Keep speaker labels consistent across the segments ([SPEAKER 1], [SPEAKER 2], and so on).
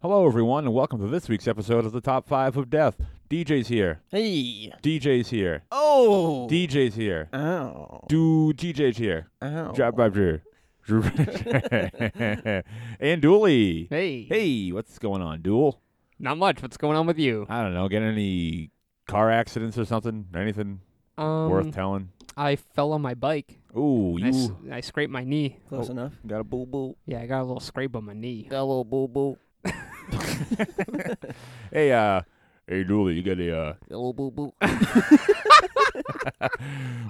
[SPEAKER 1] Hello, everyone, and welcome to this week's episode of the Top 5 of Death. DJ's here.
[SPEAKER 2] Hey.
[SPEAKER 1] DJ's here.
[SPEAKER 2] Oh.
[SPEAKER 1] DJ's here.
[SPEAKER 2] Ow.
[SPEAKER 1] Do DJ's here.
[SPEAKER 2] Ow.
[SPEAKER 1] Drop by Drew. Drew. and Dooley.
[SPEAKER 3] Hey.
[SPEAKER 1] Hey, what's going on, Duel?
[SPEAKER 3] Not much. What's going on with you?
[SPEAKER 1] I don't know. Get any car accidents or something? Anything
[SPEAKER 3] Um,
[SPEAKER 1] Uh, worth telling?
[SPEAKER 3] I fell on my bike.
[SPEAKER 1] Ooh, Oh.
[SPEAKER 3] I, s-
[SPEAKER 1] you
[SPEAKER 3] I scraped my knee.
[SPEAKER 2] Close enough.
[SPEAKER 1] got a boo boo.
[SPEAKER 3] Yeah, I got a little scrape on my knee.
[SPEAKER 2] Got a little boo boo.
[SPEAKER 1] Hey, uh, hey, Dooley, you got a uh,
[SPEAKER 2] Got a little boo boo.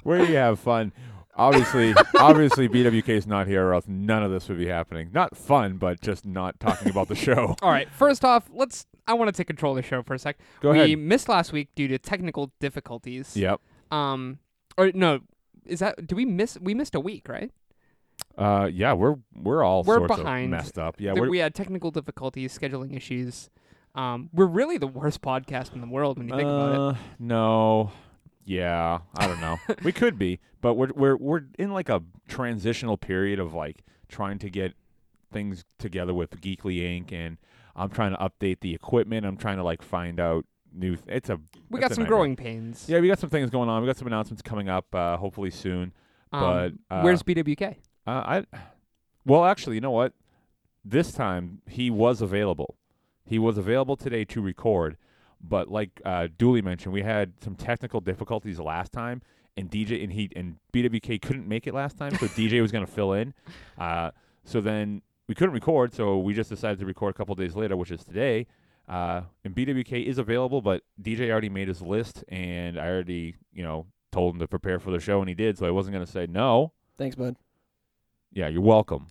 [SPEAKER 1] where you have fun. Obviously, obviously, BWK's not here, or else none of this would be happening. Not fun, but just not talking about the show.
[SPEAKER 3] All right. First off, let's. I want to take control of the show for a sec.
[SPEAKER 1] Go
[SPEAKER 3] we
[SPEAKER 1] ahead.
[SPEAKER 3] missed last week due to technical difficulties.
[SPEAKER 1] Yep.
[SPEAKER 3] Um. Or no. Is that? Do we miss? We missed a week, right?
[SPEAKER 1] Uh, yeah, we're we're all
[SPEAKER 3] We're
[SPEAKER 1] sorts
[SPEAKER 3] behind.
[SPEAKER 1] of messed up. Yeah,
[SPEAKER 3] There-
[SPEAKER 1] we're,
[SPEAKER 3] we had technical difficulties, scheduling issues. Um. We're really the worst podcast in the world when you think about it.
[SPEAKER 1] Uh, No. Yeah, I don't know. we could be, but we're we're we're in like a transitional period of like trying to get things together with Geekly Inc. and I'm trying to update the equipment. I'm trying to like find out new. Th- it's a
[SPEAKER 3] We
[SPEAKER 1] it's
[SPEAKER 3] got
[SPEAKER 1] Uh, a
[SPEAKER 3] some
[SPEAKER 1] nightmare.
[SPEAKER 3] growing pains.
[SPEAKER 1] Yeah, we got some things going on. We got some announcements coming up, uh, hopefully soon.
[SPEAKER 3] Um,
[SPEAKER 1] but, uh,
[SPEAKER 3] where's BWK?
[SPEAKER 1] Uh, I, well, actually, you know what? This time he was available. He was available today to record, but like uh, Dooley mentioned, we had some technical difficulties last time, and DJ and he and BWK couldn't make it last time, so DJ was going to fill in. Uh, so then we couldn't record, so we just decided to record a couple days later, which is today. Uh, and BWK is available, but DJ already made his list, and I already, you know, told him to prepare for the show, and he did. So I wasn't going to say no.
[SPEAKER 2] Thanks, bud.
[SPEAKER 1] Yeah, you're welcome.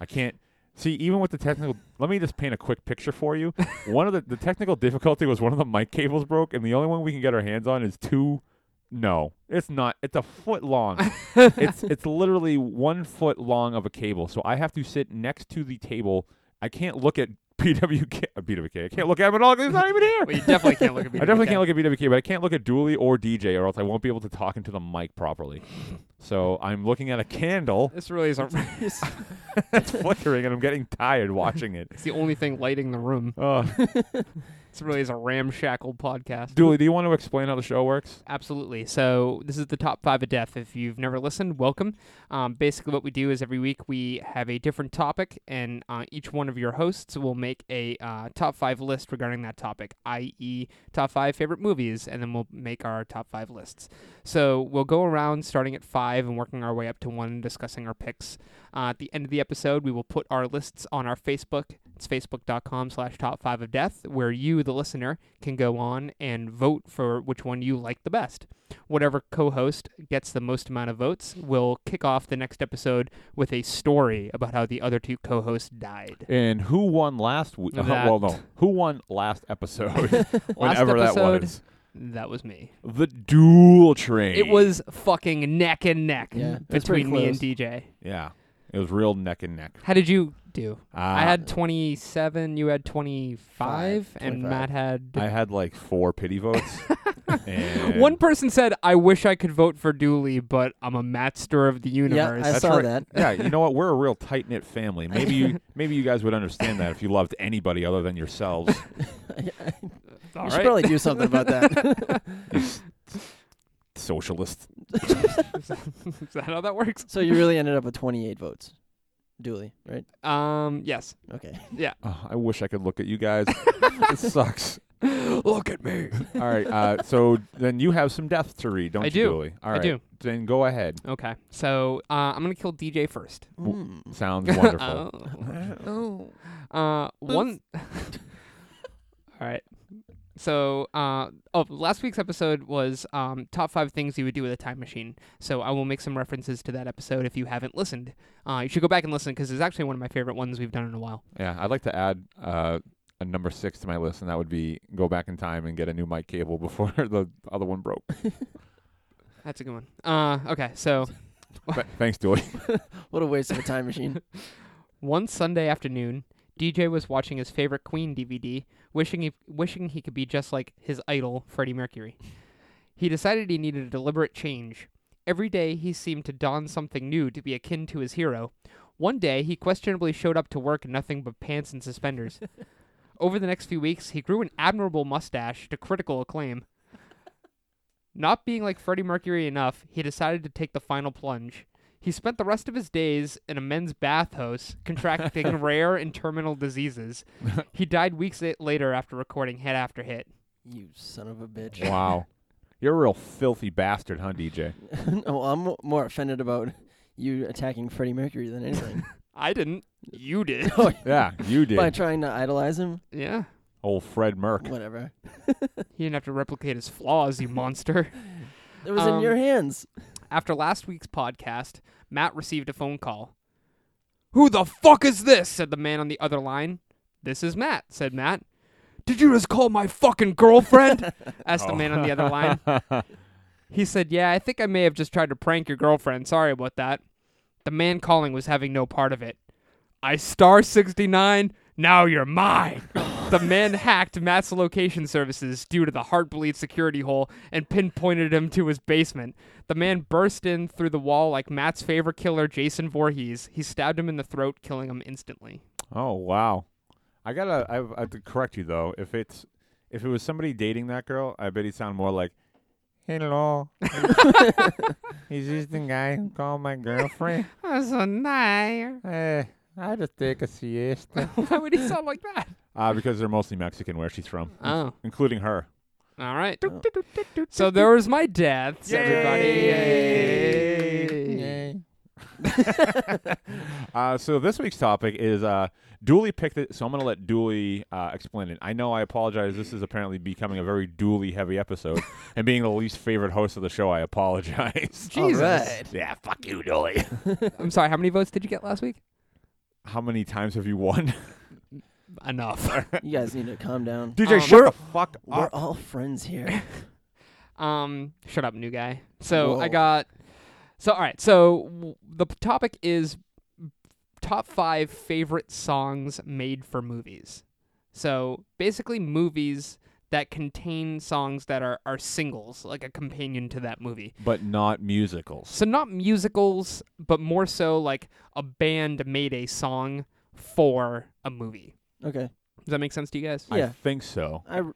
[SPEAKER 1] I can't see even with the technical. Let me just paint a quick picture for you. One of the the technical difficulty was one of the mic cables broke, and the only one we can get our hands on is two. No, it's not. It's a foot long. it's it's literally one foot long of a cable. So I have to sit next to the table. I can't look at PWK. uh, PWK. I can't look at him at all 'cause he's not even here.
[SPEAKER 3] Well, you definitely can't look at BWK.
[SPEAKER 1] I definitely can't look at BWK, but I can't look at Dooley or DJ, or else I won't be able to talk into the mic properly. So I'm looking at a candle
[SPEAKER 3] This really is. Our,
[SPEAKER 1] it's flickering and I'm getting tired watching it.
[SPEAKER 3] it's the only thing lighting the room.
[SPEAKER 1] Uh,
[SPEAKER 3] This really is a ramshackle podcast.
[SPEAKER 1] Dooley, do you want to explain how the show works?
[SPEAKER 3] Absolutely. So this is the top five of death. If you've never listened, welcome. Um, basically, what we do is every week we have a different topic, and uh, each one of your hosts will make a uh, top five list regarding that topic, e, i.e., top five favorite movies, and then we'll make our top five lists. So we'll go around starting at five and working our way up to one, and discussing our picks. Uh, at the end of the episode, we will put our lists on our Facebook. It's facebook.com slash top five of death, where you, the listener, can go on and vote for which one you like the best. Whatever co host gets the most amount of votes will kick off the next episode with a story about how the other two co hosts died.
[SPEAKER 1] And who won last week?
[SPEAKER 3] That.
[SPEAKER 1] well, no. Who won last episode?
[SPEAKER 3] Last
[SPEAKER 1] whenever that
[SPEAKER 3] episode,
[SPEAKER 1] was.
[SPEAKER 3] That was me.
[SPEAKER 1] The dual train.
[SPEAKER 3] It was fucking neck and neck
[SPEAKER 2] Yeah, that's pretty
[SPEAKER 3] between me and
[SPEAKER 2] close.
[SPEAKER 3] DJ.
[SPEAKER 1] Yeah. It was real neck and neck.
[SPEAKER 3] How did you do?
[SPEAKER 1] Uh,
[SPEAKER 3] I had 27, you had 25,
[SPEAKER 2] Five,
[SPEAKER 3] and
[SPEAKER 2] 25.
[SPEAKER 3] Matt had.
[SPEAKER 1] I had like four pity votes. and
[SPEAKER 3] One person said, I wish I could vote for Dooley, but I'm a master of the universe.
[SPEAKER 2] I
[SPEAKER 1] That's
[SPEAKER 2] saw
[SPEAKER 1] right.
[SPEAKER 2] that.
[SPEAKER 1] Yeah, you know what? We're a real tight knit family. Maybe you maybe you guys would understand that if you loved anybody other than yourselves.
[SPEAKER 3] All
[SPEAKER 2] you
[SPEAKER 3] right.
[SPEAKER 2] should probably do something about that.
[SPEAKER 1] Socialist.
[SPEAKER 3] Is that how that works?
[SPEAKER 2] so you really ended up with 28 votes, Dooley, right?
[SPEAKER 3] Um, yes.
[SPEAKER 2] Okay.
[SPEAKER 1] Oh, I wish I could look at you guys. it sucks.
[SPEAKER 3] Look at me.
[SPEAKER 1] All right. Uh, so then you have some death to read, don't
[SPEAKER 3] I
[SPEAKER 1] you,
[SPEAKER 3] do.
[SPEAKER 1] Dooley? All
[SPEAKER 3] I
[SPEAKER 1] right.
[SPEAKER 3] do.
[SPEAKER 1] Then go ahead.
[SPEAKER 3] Okay. So uh, I'm going to kill DJ first.
[SPEAKER 1] W-
[SPEAKER 2] Mm.
[SPEAKER 1] Sounds wonderful.
[SPEAKER 3] oh. Uh, one. All right. So, uh, oh, last week's episode was um, top five things you would do with a time machine. So I will make some references to that episode if you haven't listened. Uh, you should go back and listen because it's actually one of my favorite ones we've done in a while.
[SPEAKER 1] Yeah, I'd like to add uh, a number six to my list, and that would be go back in time and get a new mic cable before the other one broke.
[SPEAKER 3] That's a good one. Uh, okay. So
[SPEAKER 1] Th- thanks, Dooley.
[SPEAKER 2] What a waste of a time machine.
[SPEAKER 3] One Sunday afternoon, DJ was watching his favorite Queen DVD, wishing he, wishing he could be just like his idol, Freddie Mercury. He decided he needed a deliberate change. Every day, he seemed to don something new to be akin to his hero. One day, he questionably showed up to work in nothing but pants and suspenders. Over the next few weeks, he grew an admirable mustache to critical acclaim. Not being like Freddie Mercury enough, he decided to take the final plunge. He spent the rest of his days in a men's bathhouse, contracting rare and terminal diseases. He died weeks a- later after recording hit after hit.
[SPEAKER 2] You son of a bitch.
[SPEAKER 1] Wow. You're a real filthy bastard, huh, DJ?
[SPEAKER 2] no, I'm mo- more offended about you attacking Freddie Mercury than anything.
[SPEAKER 3] I didn't. You did.
[SPEAKER 2] Oh,
[SPEAKER 1] Yeah, you did.
[SPEAKER 2] By trying to idolize him,
[SPEAKER 3] yeah.
[SPEAKER 1] Old Fred Merck.
[SPEAKER 2] whatever.
[SPEAKER 3] He didn't have to replicate his flaws, you monster.
[SPEAKER 2] It was
[SPEAKER 3] Um,
[SPEAKER 2] in your hands.
[SPEAKER 3] After last week's podcast, Matt received a phone call. Who the fuck is this? said the man on the other line. This is Matt, said Matt. Did you just call my fucking girlfriend? asked the man on the other line. He said, Yeah, I think I may have just tried to prank your girlfriend. Sorry about that. The man calling was having no part of it. I star 69, now you're mine. the man hacked Matt's location services due to the heartbleed security hole and pinpointed him to his basement. The man burst in through the wall like Matt's favorite killer, Jason Voorhees. He stabbed him in the throat, killing him instantly.
[SPEAKER 1] Oh wow! I gotta I, I have to correct you though. If it's if it was somebody dating that girl, I bet he sound more like, "Hello, is this the guy who called my girlfriend?
[SPEAKER 3] Oh, so nice.
[SPEAKER 1] hey, I just take a siesta."
[SPEAKER 3] Why would he sound like that?
[SPEAKER 1] Uh, because they're mostly Mexican where she's from,
[SPEAKER 3] Oh,
[SPEAKER 1] including her.
[SPEAKER 3] all right.
[SPEAKER 2] Oh.
[SPEAKER 3] So there was my deaths, everybody.
[SPEAKER 1] Yay. Uh, so this week's topic is uh, Dooley picked it, so I'm gonna let Dooley uh, explain it. I know I apologize. This is apparently becoming a very Dooley heavy episode, and being the least favorite host of the show, I apologize.
[SPEAKER 3] Jesus.
[SPEAKER 2] All right.
[SPEAKER 1] Yeah, fuck you, Dooley.
[SPEAKER 3] I'm sorry, how many votes did you get last week?
[SPEAKER 1] How many times have you won?
[SPEAKER 3] Enough.
[SPEAKER 2] You guys need to calm down.
[SPEAKER 1] DJ,
[SPEAKER 3] Um,
[SPEAKER 1] shut the fuck
[SPEAKER 2] We're
[SPEAKER 1] up.
[SPEAKER 2] all friends here.
[SPEAKER 3] um, shut up, new guy. So I
[SPEAKER 2] Whoa.
[SPEAKER 3] got. So all right. So w- the p- topic is top five favorite songs made for movies. So basically, movies that contain songs that are are singles, like a companion to that movie.
[SPEAKER 1] But not musicals.
[SPEAKER 3] So not musicals, but more so like a band made a song for a movie.
[SPEAKER 2] Okay.
[SPEAKER 3] Does that make sense to you guys?
[SPEAKER 2] Yeah.
[SPEAKER 1] I think so.
[SPEAKER 2] I. r-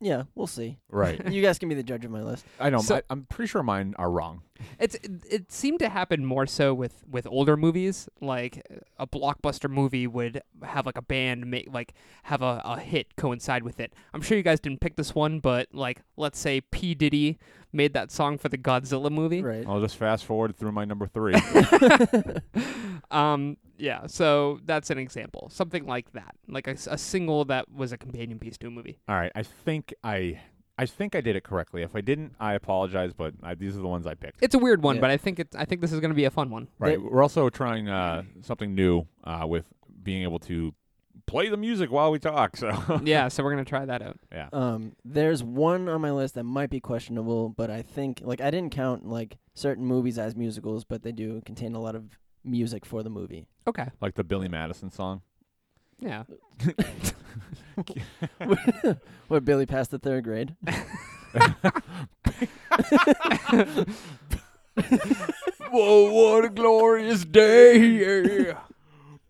[SPEAKER 2] Yeah, we'll see.
[SPEAKER 1] Right.
[SPEAKER 2] You guys can be the judge of my list.
[SPEAKER 1] I know.
[SPEAKER 3] So-
[SPEAKER 1] I, I'm pretty sure mine are wrong.
[SPEAKER 3] It's it, it seemed to happen more so with with older movies. Like a blockbuster movie would have like a band make like have a, a hit coincide with it. I'm sure you guys didn't pick this one, but like let's say P Diddy made that song for the Godzilla movie.
[SPEAKER 2] Right.
[SPEAKER 1] I'll just fast forward through my number three.
[SPEAKER 3] Um yeah, so that's an example. Something like that. Like a, s- a single that was a companion piece to a movie.
[SPEAKER 1] All right. I think I. I think I did it correctly. If I didn't, I apologize. But I, these are the ones I picked.
[SPEAKER 3] It's a weird one,
[SPEAKER 2] Yeah.
[SPEAKER 3] but I think it's I think this is going to be a fun one.
[SPEAKER 1] Right.
[SPEAKER 2] They-
[SPEAKER 1] We're also trying uh, something new uh, with being able to play the music while we talk. So
[SPEAKER 3] yeah, so we're going to try that out.
[SPEAKER 1] yeah.
[SPEAKER 2] Um, there's one on my list that might be questionable, but I think like I didn't count like certain movies as musicals, but they do contain a lot of music for the movie.
[SPEAKER 3] Okay.
[SPEAKER 1] Like the Billy Madison song.
[SPEAKER 3] Yeah.
[SPEAKER 2] What Billy passed the third grade.
[SPEAKER 1] Whoa, what a glorious day!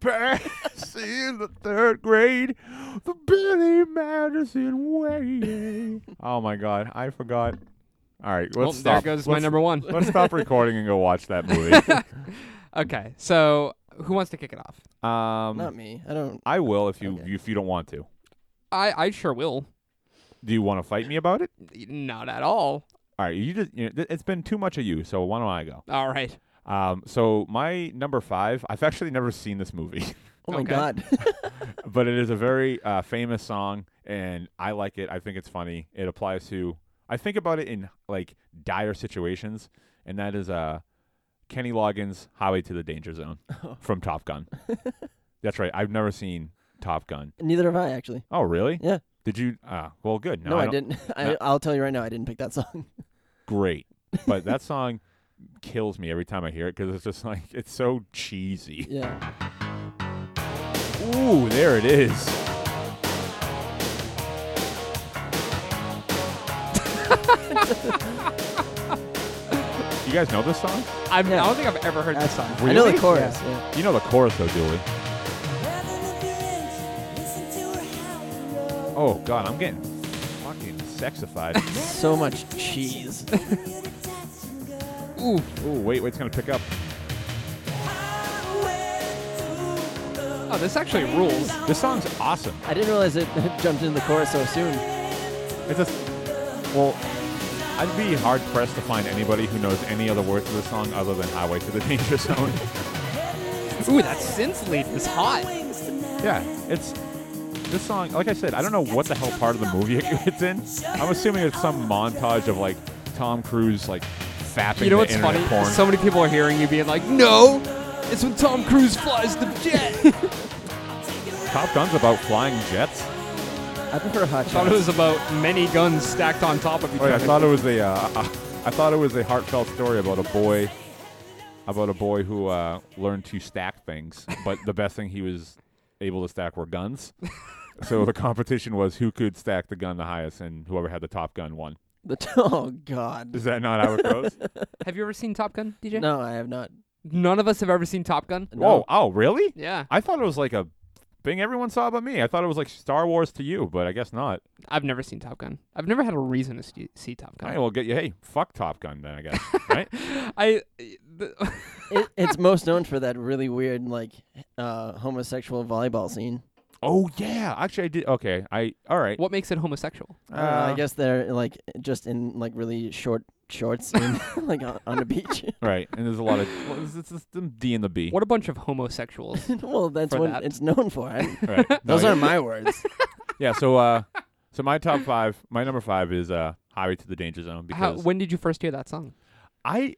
[SPEAKER 1] Passing the third grade, the Billy Madison way. oh my god, I forgot. All right, let's
[SPEAKER 3] Well, there
[SPEAKER 1] stop.
[SPEAKER 3] goes my
[SPEAKER 1] let's,
[SPEAKER 3] number 1.
[SPEAKER 1] Let's stop recording and go watch that movie.
[SPEAKER 3] Okay, so who wants to kick it off?
[SPEAKER 1] um,
[SPEAKER 2] Not me. I don't.
[SPEAKER 1] I will if you
[SPEAKER 2] Okay.
[SPEAKER 1] if you don't want to.
[SPEAKER 3] I, I sure will.
[SPEAKER 1] Do you want to fight me about it?
[SPEAKER 3] Not at all.
[SPEAKER 1] All right, you just you know, th- it's been too much of you, so why don't I go?
[SPEAKER 3] All right.
[SPEAKER 1] Um, so my number five, I've actually never seen this movie.
[SPEAKER 2] Oh my
[SPEAKER 3] Okay.
[SPEAKER 2] god.
[SPEAKER 1] but it is a very uh, famous song, and I like it. I think it's funny. It applies to. I think about it in like dire situations, and that is uh, Kenny Loggins' "Highway to the Danger Zone" from Top Gun. That's right. I've never seen Top Gun.
[SPEAKER 2] Neither have I actually.
[SPEAKER 1] Oh, really?
[SPEAKER 2] Yeah.
[SPEAKER 1] Did you? Uh, well, good.
[SPEAKER 2] No,
[SPEAKER 1] I
[SPEAKER 2] I,
[SPEAKER 1] don't-
[SPEAKER 2] didn't. I,
[SPEAKER 1] no.
[SPEAKER 2] I'll tell you right now, I didn't pick that song.
[SPEAKER 1] Great, but that song kills me every time I hear it because it's just like it's so cheesy.
[SPEAKER 2] yeah.
[SPEAKER 1] Ooh, there it is. you guys know this song?
[SPEAKER 3] I'm,
[SPEAKER 2] Yeah.
[SPEAKER 3] I don't think I've ever heard this song.
[SPEAKER 2] I know
[SPEAKER 1] Really?
[SPEAKER 2] the chorus. Yeah.
[SPEAKER 1] You know the chorus though, Julie.
[SPEAKER 4] Listen to her howl and
[SPEAKER 1] Oh God, I'm getting fucking sexified.
[SPEAKER 2] So much cheese.
[SPEAKER 3] Ooh,
[SPEAKER 1] oh wait, wait, it's gonna pick up.
[SPEAKER 3] oh, this actually rules.
[SPEAKER 1] This song's awesome.
[SPEAKER 2] I didn't realize it jumped into the chorus so soon.
[SPEAKER 1] It's a well. I'd be hard pressed to find anybody who knows any other words to this song other than "Highway to the Danger Zone."
[SPEAKER 3] Ooh, that synth lead is hot.
[SPEAKER 1] yeah, it's this song. Like I said, I don't know what the hell part of the movie it- it's in. I'm assuming it's some montage of like Tom Cruise like fapping
[SPEAKER 3] You
[SPEAKER 1] to
[SPEAKER 3] know what's
[SPEAKER 1] internet
[SPEAKER 3] funny?
[SPEAKER 1] porn.
[SPEAKER 3] So many people are hearing you being like, "No, it's when Tom Cruise flies the jet."
[SPEAKER 1] Top Gun's about flying jets.
[SPEAKER 2] I prefer hot
[SPEAKER 3] thought it
[SPEAKER 2] chocolate.
[SPEAKER 3] was about many guns stacked on top of each
[SPEAKER 1] Oh, yeah, I
[SPEAKER 3] other.
[SPEAKER 1] thought it was a, uh, I thought it was a heartfelt story about a boy, about a boy who uh, learned to stack things, but the best thing he was able to stack were guns. so the competition was who could stack the gun the highest, and whoever had the top gun won.
[SPEAKER 2] The oh God.
[SPEAKER 1] Is that not how it goes?
[SPEAKER 3] have you ever seen Top Gun, DJ?
[SPEAKER 2] No, I have not.
[SPEAKER 3] None of us have ever seen Top Gun.
[SPEAKER 2] No.
[SPEAKER 1] Whoa! Oh, really?
[SPEAKER 3] Yeah,
[SPEAKER 1] I thought it was like a thing everyone saw but me. I thought it was like Star Wars to you, but I guess not.
[SPEAKER 3] I've never seen Top Gun. I've never had a reason to see, see Top
[SPEAKER 1] I
[SPEAKER 3] Gun.
[SPEAKER 1] will get you. Hey, fuck Top Gun then. I guess right.
[SPEAKER 3] I, the,
[SPEAKER 2] It, it's most known for that really weird, like, uh, homosexual volleyball scene.
[SPEAKER 1] Oh yeah, actually I did. Okay, I all right.
[SPEAKER 3] what makes it homosexual?
[SPEAKER 2] Uh, I guess they're like just in like really short shorts, and, like on, on a beach.
[SPEAKER 1] Right, and there's a lot of well, it's, it's, it's the D and the B.
[SPEAKER 3] What a bunch of homosexuals.
[SPEAKER 2] well, that's
[SPEAKER 3] For
[SPEAKER 2] what
[SPEAKER 3] that.
[SPEAKER 2] it's known for. I-
[SPEAKER 1] Right. No,
[SPEAKER 2] Those
[SPEAKER 1] yeah.
[SPEAKER 2] are my words.
[SPEAKER 1] yeah. So, uh, so my top five, my number five is uh, "Highway to the Danger Zone"
[SPEAKER 3] How,
[SPEAKER 1] because
[SPEAKER 3] when did you first hear that song?
[SPEAKER 1] I,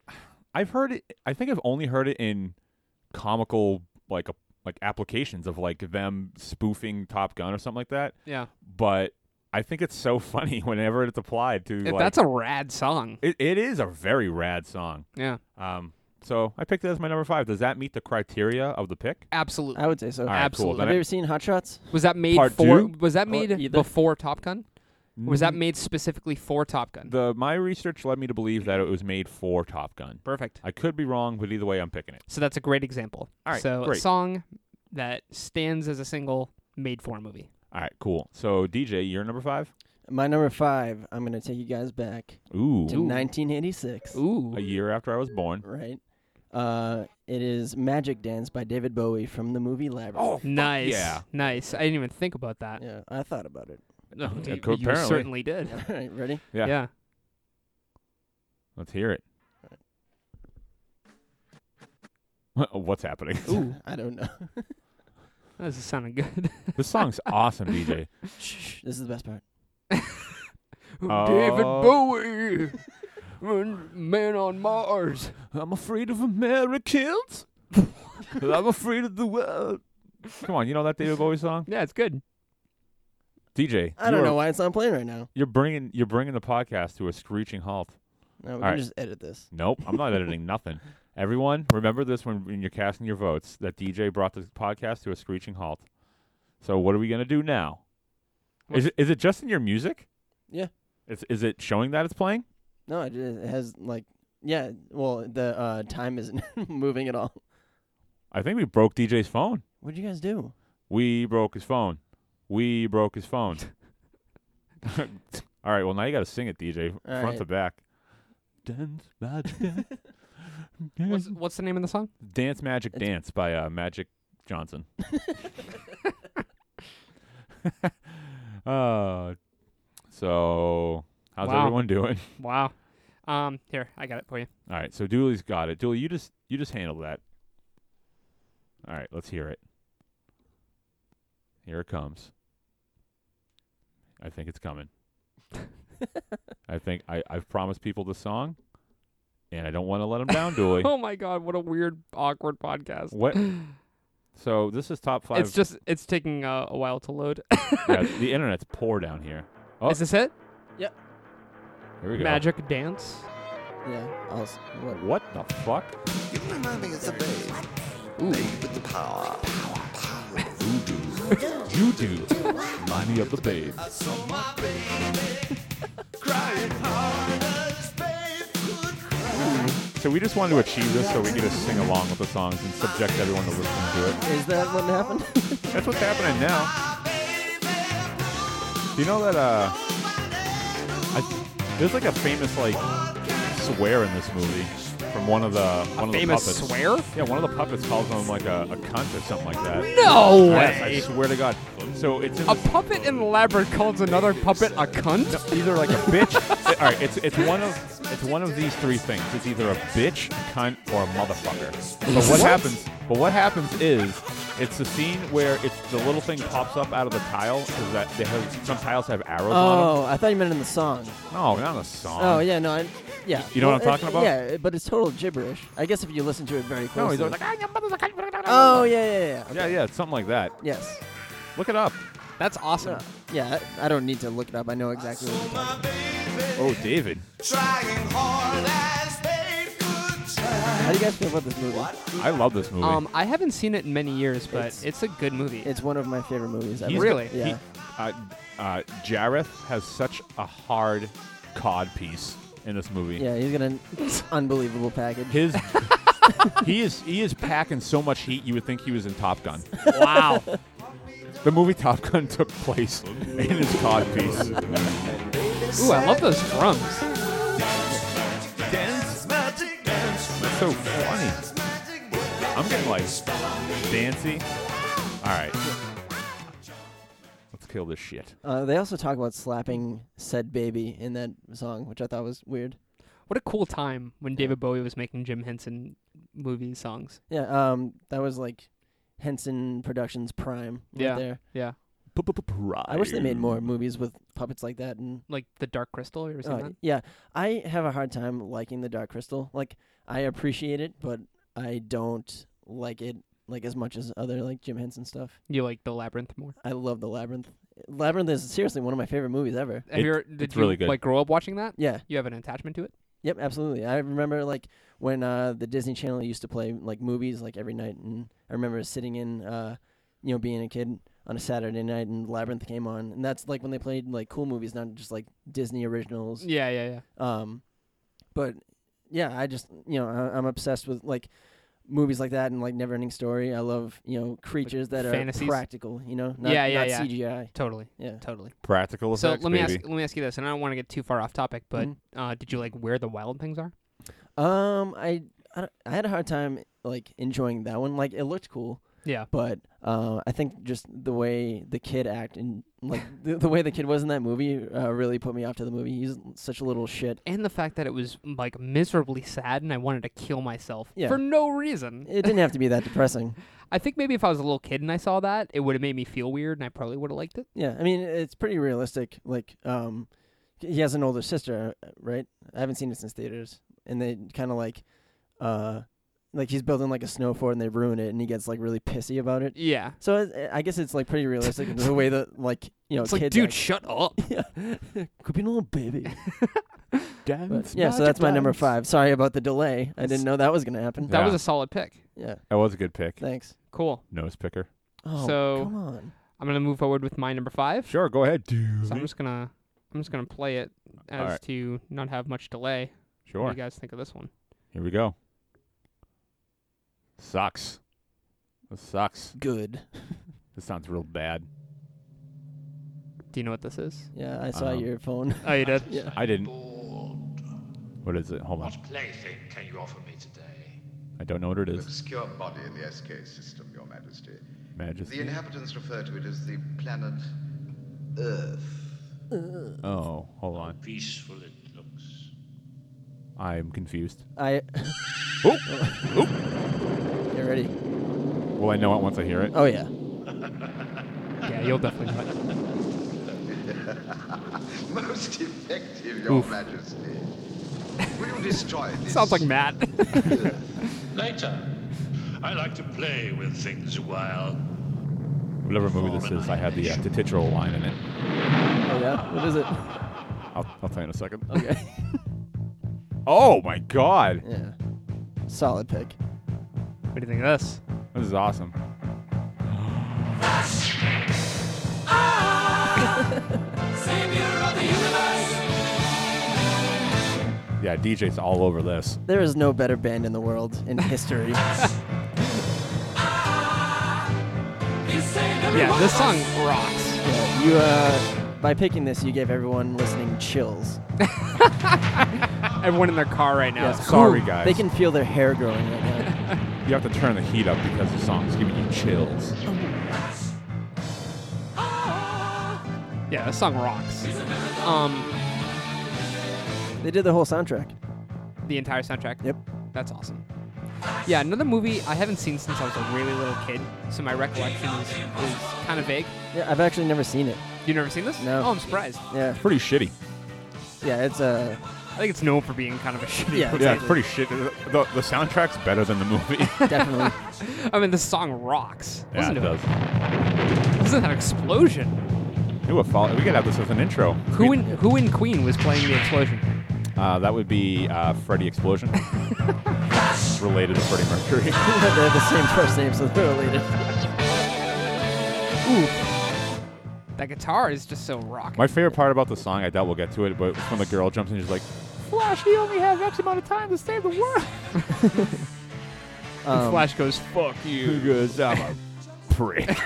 [SPEAKER 1] I've heard it. I think I've only heard it in comical like a, like applications of like them spoofing Top Gun or something like that.
[SPEAKER 3] Yeah,
[SPEAKER 1] But I think it's so funny whenever it's applied to. like,
[SPEAKER 3] that's a rad song.
[SPEAKER 1] it, it is a very rad song.
[SPEAKER 3] Yeah,
[SPEAKER 1] Um, so I picked it as my number five. Does that meet the criteria of the pick?
[SPEAKER 3] absolutely.
[SPEAKER 2] I would say so.
[SPEAKER 1] All right,
[SPEAKER 3] Uh, Absolutely.
[SPEAKER 1] cool.
[SPEAKER 2] Have
[SPEAKER 1] Then
[SPEAKER 2] you
[SPEAKER 1] I-
[SPEAKER 2] ever seen Hot Shots?
[SPEAKER 3] Was that made
[SPEAKER 1] Part
[SPEAKER 3] for?
[SPEAKER 1] two?
[SPEAKER 3] Was that made
[SPEAKER 2] either.
[SPEAKER 3] before Top Gun? Or was that
[SPEAKER 1] Mm,
[SPEAKER 3] made specifically for Top Gun?
[SPEAKER 1] the my research led me to believe that it was made for Top Gun.
[SPEAKER 3] Perfect.
[SPEAKER 1] I could be wrong, but either way, I'm picking it.
[SPEAKER 3] So that's a great example.
[SPEAKER 1] All right,
[SPEAKER 3] so a
[SPEAKER 1] great.
[SPEAKER 3] song that stands as a single made for a movie.
[SPEAKER 1] All right, cool. So DJ, you're number five.
[SPEAKER 2] My number five. I'm gonna take you guys back
[SPEAKER 1] Ooh,
[SPEAKER 2] to
[SPEAKER 3] Ooh.
[SPEAKER 2] 1986.
[SPEAKER 3] Ooh.
[SPEAKER 1] a year after I was born.
[SPEAKER 2] Right. Uh, it is Magic Dance by David Bowie from the movie
[SPEAKER 1] Oh,
[SPEAKER 3] Oh,
[SPEAKER 2] Labyrinth.
[SPEAKER 3] Nice.
[SPEAKER 1] yeah.
[SPEAKER 3] Nice. I didn't even think about that.
[SPEAKER 2] Yeah, I thought about it.
[SPEAKER 3] No,
[SPEAKER 1] Yeah,
[SPEAKER 3] you,
[SPEAKER 1] co-
[SPEAKER 3] you
[SPEAKER 1] apparently.
[SPEAKER 3] certainly did.
[SPEAKER 2] All right, ready?
[SPEAKER 1] Yeah.
[SPEAKER 3] yeah.
[SPEAKER 1] Let's hear it. What's happening?
[SPEAKER 3] Ooh.
[SPEAKER 2] I don't know.
[SPEAKER 3] This is sounding good.
[SPEAKER 1] This song's awesome, DJ.
[SPEAKER 2] Shh, this is the best part.
[SPEAKER 3] David
[SPEAKER 1] Oh.
[SPEAKER 3] Bowie. Man- Man on Mars.
[SPEAKER 1] I'm afraid of Americans. I'm afraid of the world. Come on, you know that David Bowie song,
[SPEAKER 3] Yeah, it's good.
[SPEAKER 1] DJ.
[SPEAKER 2] I don't
[SPEAKER 1] you're,
[SPEAKER 2] know why it's not playing right now.
[SPEAKER 1] You're bringing you're bringing the podcast to a screeching halt.
[SPEAKER 2] No, we can
[SPEAKER 1] right.
[SPEAKER 2] just edit this.
[SPEAKER 1] Nope, I'm not editing nothing. Everyone, remember this when, when you're casting your votes that DJ brought the podcast to a screeching halt. So what are we gonna do now? Is it, is it just in your music?
[SPEAKER 2] Yeah.
[SPEAKER 1] Is is it showing that it's playing?
[SPEAKER 2] No, it, it has like yeah. Well, the uh, time isn't moving at all.
[SPEAKER 1] I think we broke DJ's phone.
[SPEAKER 2] What'd you guys do?
[SPEAKER 1] We broke his phone. We broke his phone. All right. Well, now you got to sing it, DJ,
[SPEAKER 2] All
[SPEAKER 1] front
[SPEAKER 2] right.
[SPEAKER 1] to back. Dance magic, dance,
[SPEAKER 3] What's,
[SPEAKER 1] dance,
[SPEAKER 3] what's the name of the song?
[SPEAKER 1] dance magic,
[SPEAKER 2] It's-
[SPEAKER 1] dance by uh, Magic Johnson. uh, so how's
[SPEAKER 3] Wow.
[SPEAKER 1] everyone doing?
[SPEAKER 3] Wow. Um, here, I got it for you.
[SPEAKER 1] All right. So Dooley's got it. Dooley, you just you just handle that. All right. Let's hear it. Here it comes. I think it's coming. I think I, I've promised people the song, and I don't want to let them down, Dooley.
[SPEAKER 3] Oh my god, what a weird, awkward podcast.
[SPEAKER 1] What? So this is top five.
[SPEAKER 3] It's just it's taking uh, a while to load.
[SPEAKER 1] yeah, the internet's poor down here. Oh.
[SPEAKER 3] Is this it?
[SPEAKER 1] Here we go.
[SPEAKER 3] Magic dance.
[SPEAKER 2] Yeah, I'll. s- What?
[SPEAKER 1] What the fuck?
[SPEAKER 4] You remind me of the babe. Babe with the power. Power.
[SPEAKER 1] You do. Money of the babe.
[SPEAKER 4] I saw my baby crying hard as babe could cry.
[SPEAKER 1] So we just wanted to achieve this so we could just sing along with the songs and subject everyone to listening to it.
[SPEAKER 2] Is that what happened?
[SPEAKER 1] That's what's happening now.
[SPEAKER 4] My baby blue.
[SPEAKER 1] Do you know that uh, I, there's like a famous like swear in this movie from one of the one of
[SPEAKER 3] Famous
[SPEAKER 1] the puppets.
[SPEAKER 3] swear?
[SPEAKER 1] Yeah, one of the puppets calls him like a, a cunt or something like that.
[SPEAKER 3] No
[SPEAKER 1] Yes, I
[SPEAKER 3] way.
[SPEAKER 1] swear to God. So it's in
[SPEAKER 3] A
[SPEAKER 1] this-
[SPEAKER 3] puppet in the labyrinth calls another puppet a cunt?
[SPEAKER 1] no, either like a bitch. all right, it's it's one of it's one of these three things. It's either a bitch, a cunt, or a motherfucker. But what
[SPEAKER 3] What?
[SPEAKER 1] happens? But what happens is it's the scene where it's the little thing pops up out of the tile because that they have some tiles have arrows on them.
[SPEAKER 2] Oh, I thought you meant in the song.
[SPEAKER 1] No, not a song.
[SPEAKER 2] Oh yeah, no, I, yeah.
[SPEAKER 1] You know what I'm
[SPEAKER 2] it-
[SPEAKER 1] talking about?
[SPEAKER 2] Yeah, it- but it's total gibberish. I guess if you listen to it very
[SPEAKER 1] No,
[SPEAKER 2] closely.
[SPEAKER 1] he's always like, "Ah, your mother's a cunt."
[SPEAKER 2] oh yeah, yeah, yeah.
[SPEAKER 1] Yeah, yeah, it's something like that.
[SPEAKER 2] Yes.
[SPEAKER 1] Look it up.
[SPEAKER 3] That's awesome.
[SPEAKER 2] No, yeah, I, I don't need to look it up. I know exactly what you're talking
[SPEAKER 4] My baby,
[SPEAKER 1] Oh, David.
[SPEAKER 4] trying hard as they could
[SPEAKER 2] about.
[SPEAKER 4] try.
[SPEAKER 2] How do you guys feel about this movie?
[SPEAKER 1] I love this movie.
[SPEAKER 3] Um, I haven't seen it in many years, but
[SPEAKER 2] It's-
[SPEAKER 3] it's, a good movie.
[SPEAKER 2] It's one of my favorite movies ever.
[SPEAKER 1] He's-
[SPEAKER 3] really?
[SPEAKER 1] he-
[SPEAKER 2] Yeah.
[SPEAKER 1] uh, uh, Jareth has such a hard cod piece in this movie.
[SPEAKER 2] Yeah, he's got an unbelievable package.
[SPEAKER 1] His he is he is packing so much heat you would think he was in Top Gun.
[SPEAKER 3] wow.
[SPEAKER 1] The movie Top Gun took place in his cod piece.
[SPEAKER 3] Ooh, I love those drums.
[SPEAKER 1] Dance,
[SPEAKER 4] Magic dance,
[SPEAKER 1] that's so funny.
[SPEAKER 4] magic dance.
[SPEAKER 1] I'm getting like dancy. All right, let's kill this shit.
[SPEAKER 2] Uh, they also talk about slapping said baby in that song, which I thought was weird.
[SPEAKER 3] What a cool time when David Bowie was making Jim Henson movie songs.
[SPEAKER 2] Yeah, um, that was like Henson Productions prime right
[SPEAKER 3] Yeah.
[SPEAKER 2] there.
[SPEAKER 3] Yeah.
[SPEAKER 2] I wish they made more movies with puppets like that and
[SPEAKER 3] Like The Dark Crystal, you ever seen
[SPEAKER 2] Oh,
[SPEAKER 3] that?
[SPEAKER 2] yeah, I have a hard time liking the Dark Crystal. Like I appreciate it, but I don't like it like as much as other like Jim Henson stuff.
[SPEAKER 3] You like The Labyrinth more?
[SPEAKER 2] I love the Labyrinth. Labyrinth is seriously one of my favorite movies ever.
[SPEAKER 3] Have
[SPEAKER 1] It-
[SPEAKER 3] you ever, did
[SPEAKER 1] it's
[SPEAKER 3] you
[SPEAKER 1] really good.
[SPEAKER 3] like grow up watching that?
[SPEAKER 2] Yeah.
[SPEAKER 3] You have an attachment to it?
[SPEAKER 2] Yep. Absolutely. I remember like when uh, the Disney Channel used to play like movies like every night, and I remember sitting in, uh, you know, being a kid on a Saturday night, and Labyrinth came on, and that's like when they played like cool movies, not just like Disney originals.
[SPEAKER 3] Yeah, yeah, yeah.
[SPEAKER 2] Um, but yeah, I just you know I, I'm obsessed with like movies like that and like Never Ending Story. I love you know creatures that
[SPEAKER 3] fantasies?
[SPEAKER 2] are practical. You know, not,
[SPEAKER 3] Yeah, yeah,
[SPEAKER 2] not
[SPEAKER 3] yeah.
[SPEAKER 2] CGI.
[SPEAKER 3] Totally,
[SPEAKER 2] Yeah.
[SPEAKER 3] totally.
[SPEAKER 1] practical
[SPEAKER 3] so
[SPEAKER 1] effects.
[SPEAKER 3] let me
[SPEAKER 1] baby.
[SPEAKER 3] ask let me ask you this, and I don't want to get too far off topic, but
[SPEAKER 2] Mhm.
[SPEAKER 3] uh, did you like where the wild things are?
[SPEAKER 2] Um, I, I don't- I had a hard time like enjoying that one. Like it looked cool,
[SPEAKER 3] Yeah.
[SPEAKER 2] but uh, I think just the way the kid act and like the, the way the kid was in that movie uh, really put me off to the movie. He's such a little shit.
[SPEAKER 3] And the fact that it was like miserably sad, and I wanted to kill myself
[SPEAKER 2] Yeah.
[SPEAKER 3] for no reason.
[SPEAKER 2] It didn't have to be that depressing.
[SPEAKER 3] I think maybe if I was a little kid and I saw that, it would have made me feel weird, and I probably would have liked it.
[SPEAKER 2] Yeah, I mean it's pretty realistic. Like, um, he has an older sister, uh, right? I haven't seen it since theaters, and they kind of like, uh, like he's building like a snow fort, and they ruin it, and he gets like really pissy about it.
[SPEAKER 3] Yeah,
[SPEAKER 2] So uh, I, I guess it's like pretty realistic in the way that like you
[SPEAKER 1] Oh,
[SPEAKER 2] know
[SPEAKER 3] it's
[SPEAKER 2] kids
[SPEAKER 3] like, dude,
[SPEAKER 2] act.
[SPEAKER 3] shut up.
[SPEAKER 2] yeah, could be a little baby.
[SPEAKER 1] Dance,
[SPEAKER 2] But yeah, so that's my number
[SPEAKER 1] dance.
[SPEAKER 2] five. Sorry about the delay. I didn't know that was gonna happen.
[SPEAKER 3] That was
[SPEAKER 1] Yeah.
[SPEAKER 3] a solid pick.
[SPEAKER 2] Yeah,
[SPEAKER 1] That was a good pick.
[SPEAKER 2] thanks.
[SPEAKER 3] Cool.
[SPEAKER 1] Nose picker.
[SPEAKER 2] Oh,
[SPEAKER 3] So-
[SPEAKER 2] come on.
[SPEAKER 3] I'm gonna move forward with my number five.
[SPEAKER 1] Sure, go ahead.
[SPEAKER 3] So I'm just gonna I'm just gonna play it as
[SPEAKER 1] Alright.
[SPEAKER 3] to not have much delay. What
[SPEAKER 1] Sure.
[SPEAKER 3] do you guys think of this one?
[SPEAKER 1] Here we go. Sucks. This sucks.
[SPEAKER 2] Good.
[SPEAKER 1] This sounds real bad.
[SPEAKER 3] Do you know what this is?
[SPEAKER 2] Yeah, I saw
[SPEAKER 1] Um,
[SPEAKER 2] your phone.
[SPEAKER 3] Oh, you did.
[SPEAKER 2] yeah.
[SPEAKER 1] I didn't.
[SPEAKER 5] Bored.
[SPEAKER 1] What is it? Hold on.
[SPEAKER 5] What plaything can you offer me today?
[SPEAKER 1] I don't know what it
[SPEAKER 5] An
[SPEAKER 1] is.
[SPEAKER 5] obscure body in the SK system, Your Majesty. The
[SPEAKER 1] Majesty.
[SPEAKER 5] inhabitants refer to it as the planet Earth.
[SPEAKER 1] Oh, hold on.
[SPEAKER 5] Peaceful it looks.
[SPEAKER 1] I'm confused.
[SPEAKER 2] I.
[SPEAKER 1] Oh,
[SPEAKER 2] Get ready.
[SPEAKER 1] Well, I know it once I hear it.
[SPEAKER 2] Oh yeah.
[SPEAKER 3] yeah, you'll definitely know it.
[SPEAKER 5] Most effective, Your
[SPEAKER 3] Oof.
[SPEAKER 5] Majesty. Will you destroy this?
[SPEAKER 3] Sounds like Matt.
[SPEAKER 6] Later. I like to play with things a while.
[SPEAKER 1] Whatever movie this is, I have the uh, titular line in it.
[SPEAKER 2] Oh yeah. What is it?
[SPEAKER 1] I'll, I'll tell you in a second.
[SPEAKER 2] Okay.
[SPEAKER 1] Oh my God,
[SPEAKER 2] Yeah. Solid pick.
[SPEAKER 3] what do you think of this?
[SPEAKER 1] this is awesome. Yeah, DJ's all over this.
[SPEAKER 2] There is no better band in the world in history.
[SPEAKER 3] Yeah, this song rocks.
[SPEAKER 2] Yeah, you uh By picking this, you gave everyone listening chills.
[SPEAKER 3] Everyone in their car right now. is-
[SPEAKER 1] Sorry,
[SPEAKER 2] Ooh,
[SPEAKER 1] guys.
[SPEAKER 2] They can feel their hair growing right now.
[SPEAKER 1] You have to turn the heat up because the song's giving you chills.
[SPEAKER 3] Yeah, this song rocks. Um,
[SPEAKER 2] they did the whole soundtrack.
[SPEAKER 3] the entire soundtrack.
[SPEAKER 2] Yep.
[SPEAKER 3] That's awesome. Yeah, another movie I haven't seen since I was a really little kid, so my recollection is, is kind of vague.
[SPEAKER 2] Yeah, I've actually never seen it.
[SPEAKER 3] You never seen this?
[SPEAKER 2] No.
[SPEAKER 3] Oh, I'm surprised.
[SPEAKER 2] Yeah,
[SPEAKER 1] Pretty shitty.
[SPEAKER 2] yeah, it's uh,
[SPEAKER 3] I think it's known for being kind of a shitty.
[SPEAKER 2] Yeah.
[SPEAKER 3] movie.
[SPEAKER 1] Yeah, it's pretty shitty. The, the, the soundtrack's better than the movie.
[SPEAKER 2] definitely.
[SPEAKER 3] I mean, this song rocks.
[SPEAKER 1] yeah,
[SPEAKER 3] Listen
[SPEAKER 1] it
[SPEAKER 3] to
[SPEAKER 1] does.
[SPEAKER 3] Listen to that explosion.
[SPEAKER 1] It would follow- We could have this as an intro.
[SPEAKER 3] Who
[SPEAKER 1] We-
[SPEAKER 3] in Who in Queen was playing the explosion?
[SPEAKER 1] Uh, that would be uh, Freddie Explosion. Related to Freddie Mercury.
[SPEAKER 2] they have the same first name, so they're related.
[SPEAKER 3] Ooh. That guitar is just so rock.
[SPEAKER 1] My favorite part about the song, I doubt we'll get to it, but when the girl jumps in, she's like, Flash, he only has X amount of time to save the world.
[SPEAKER 2] Um,
[SPEAKER 3] Flash goes fuck
[SPEAKER 1] You
[SPEAKER 3] you.
[SPEAKER 1] goes, I'm a prick.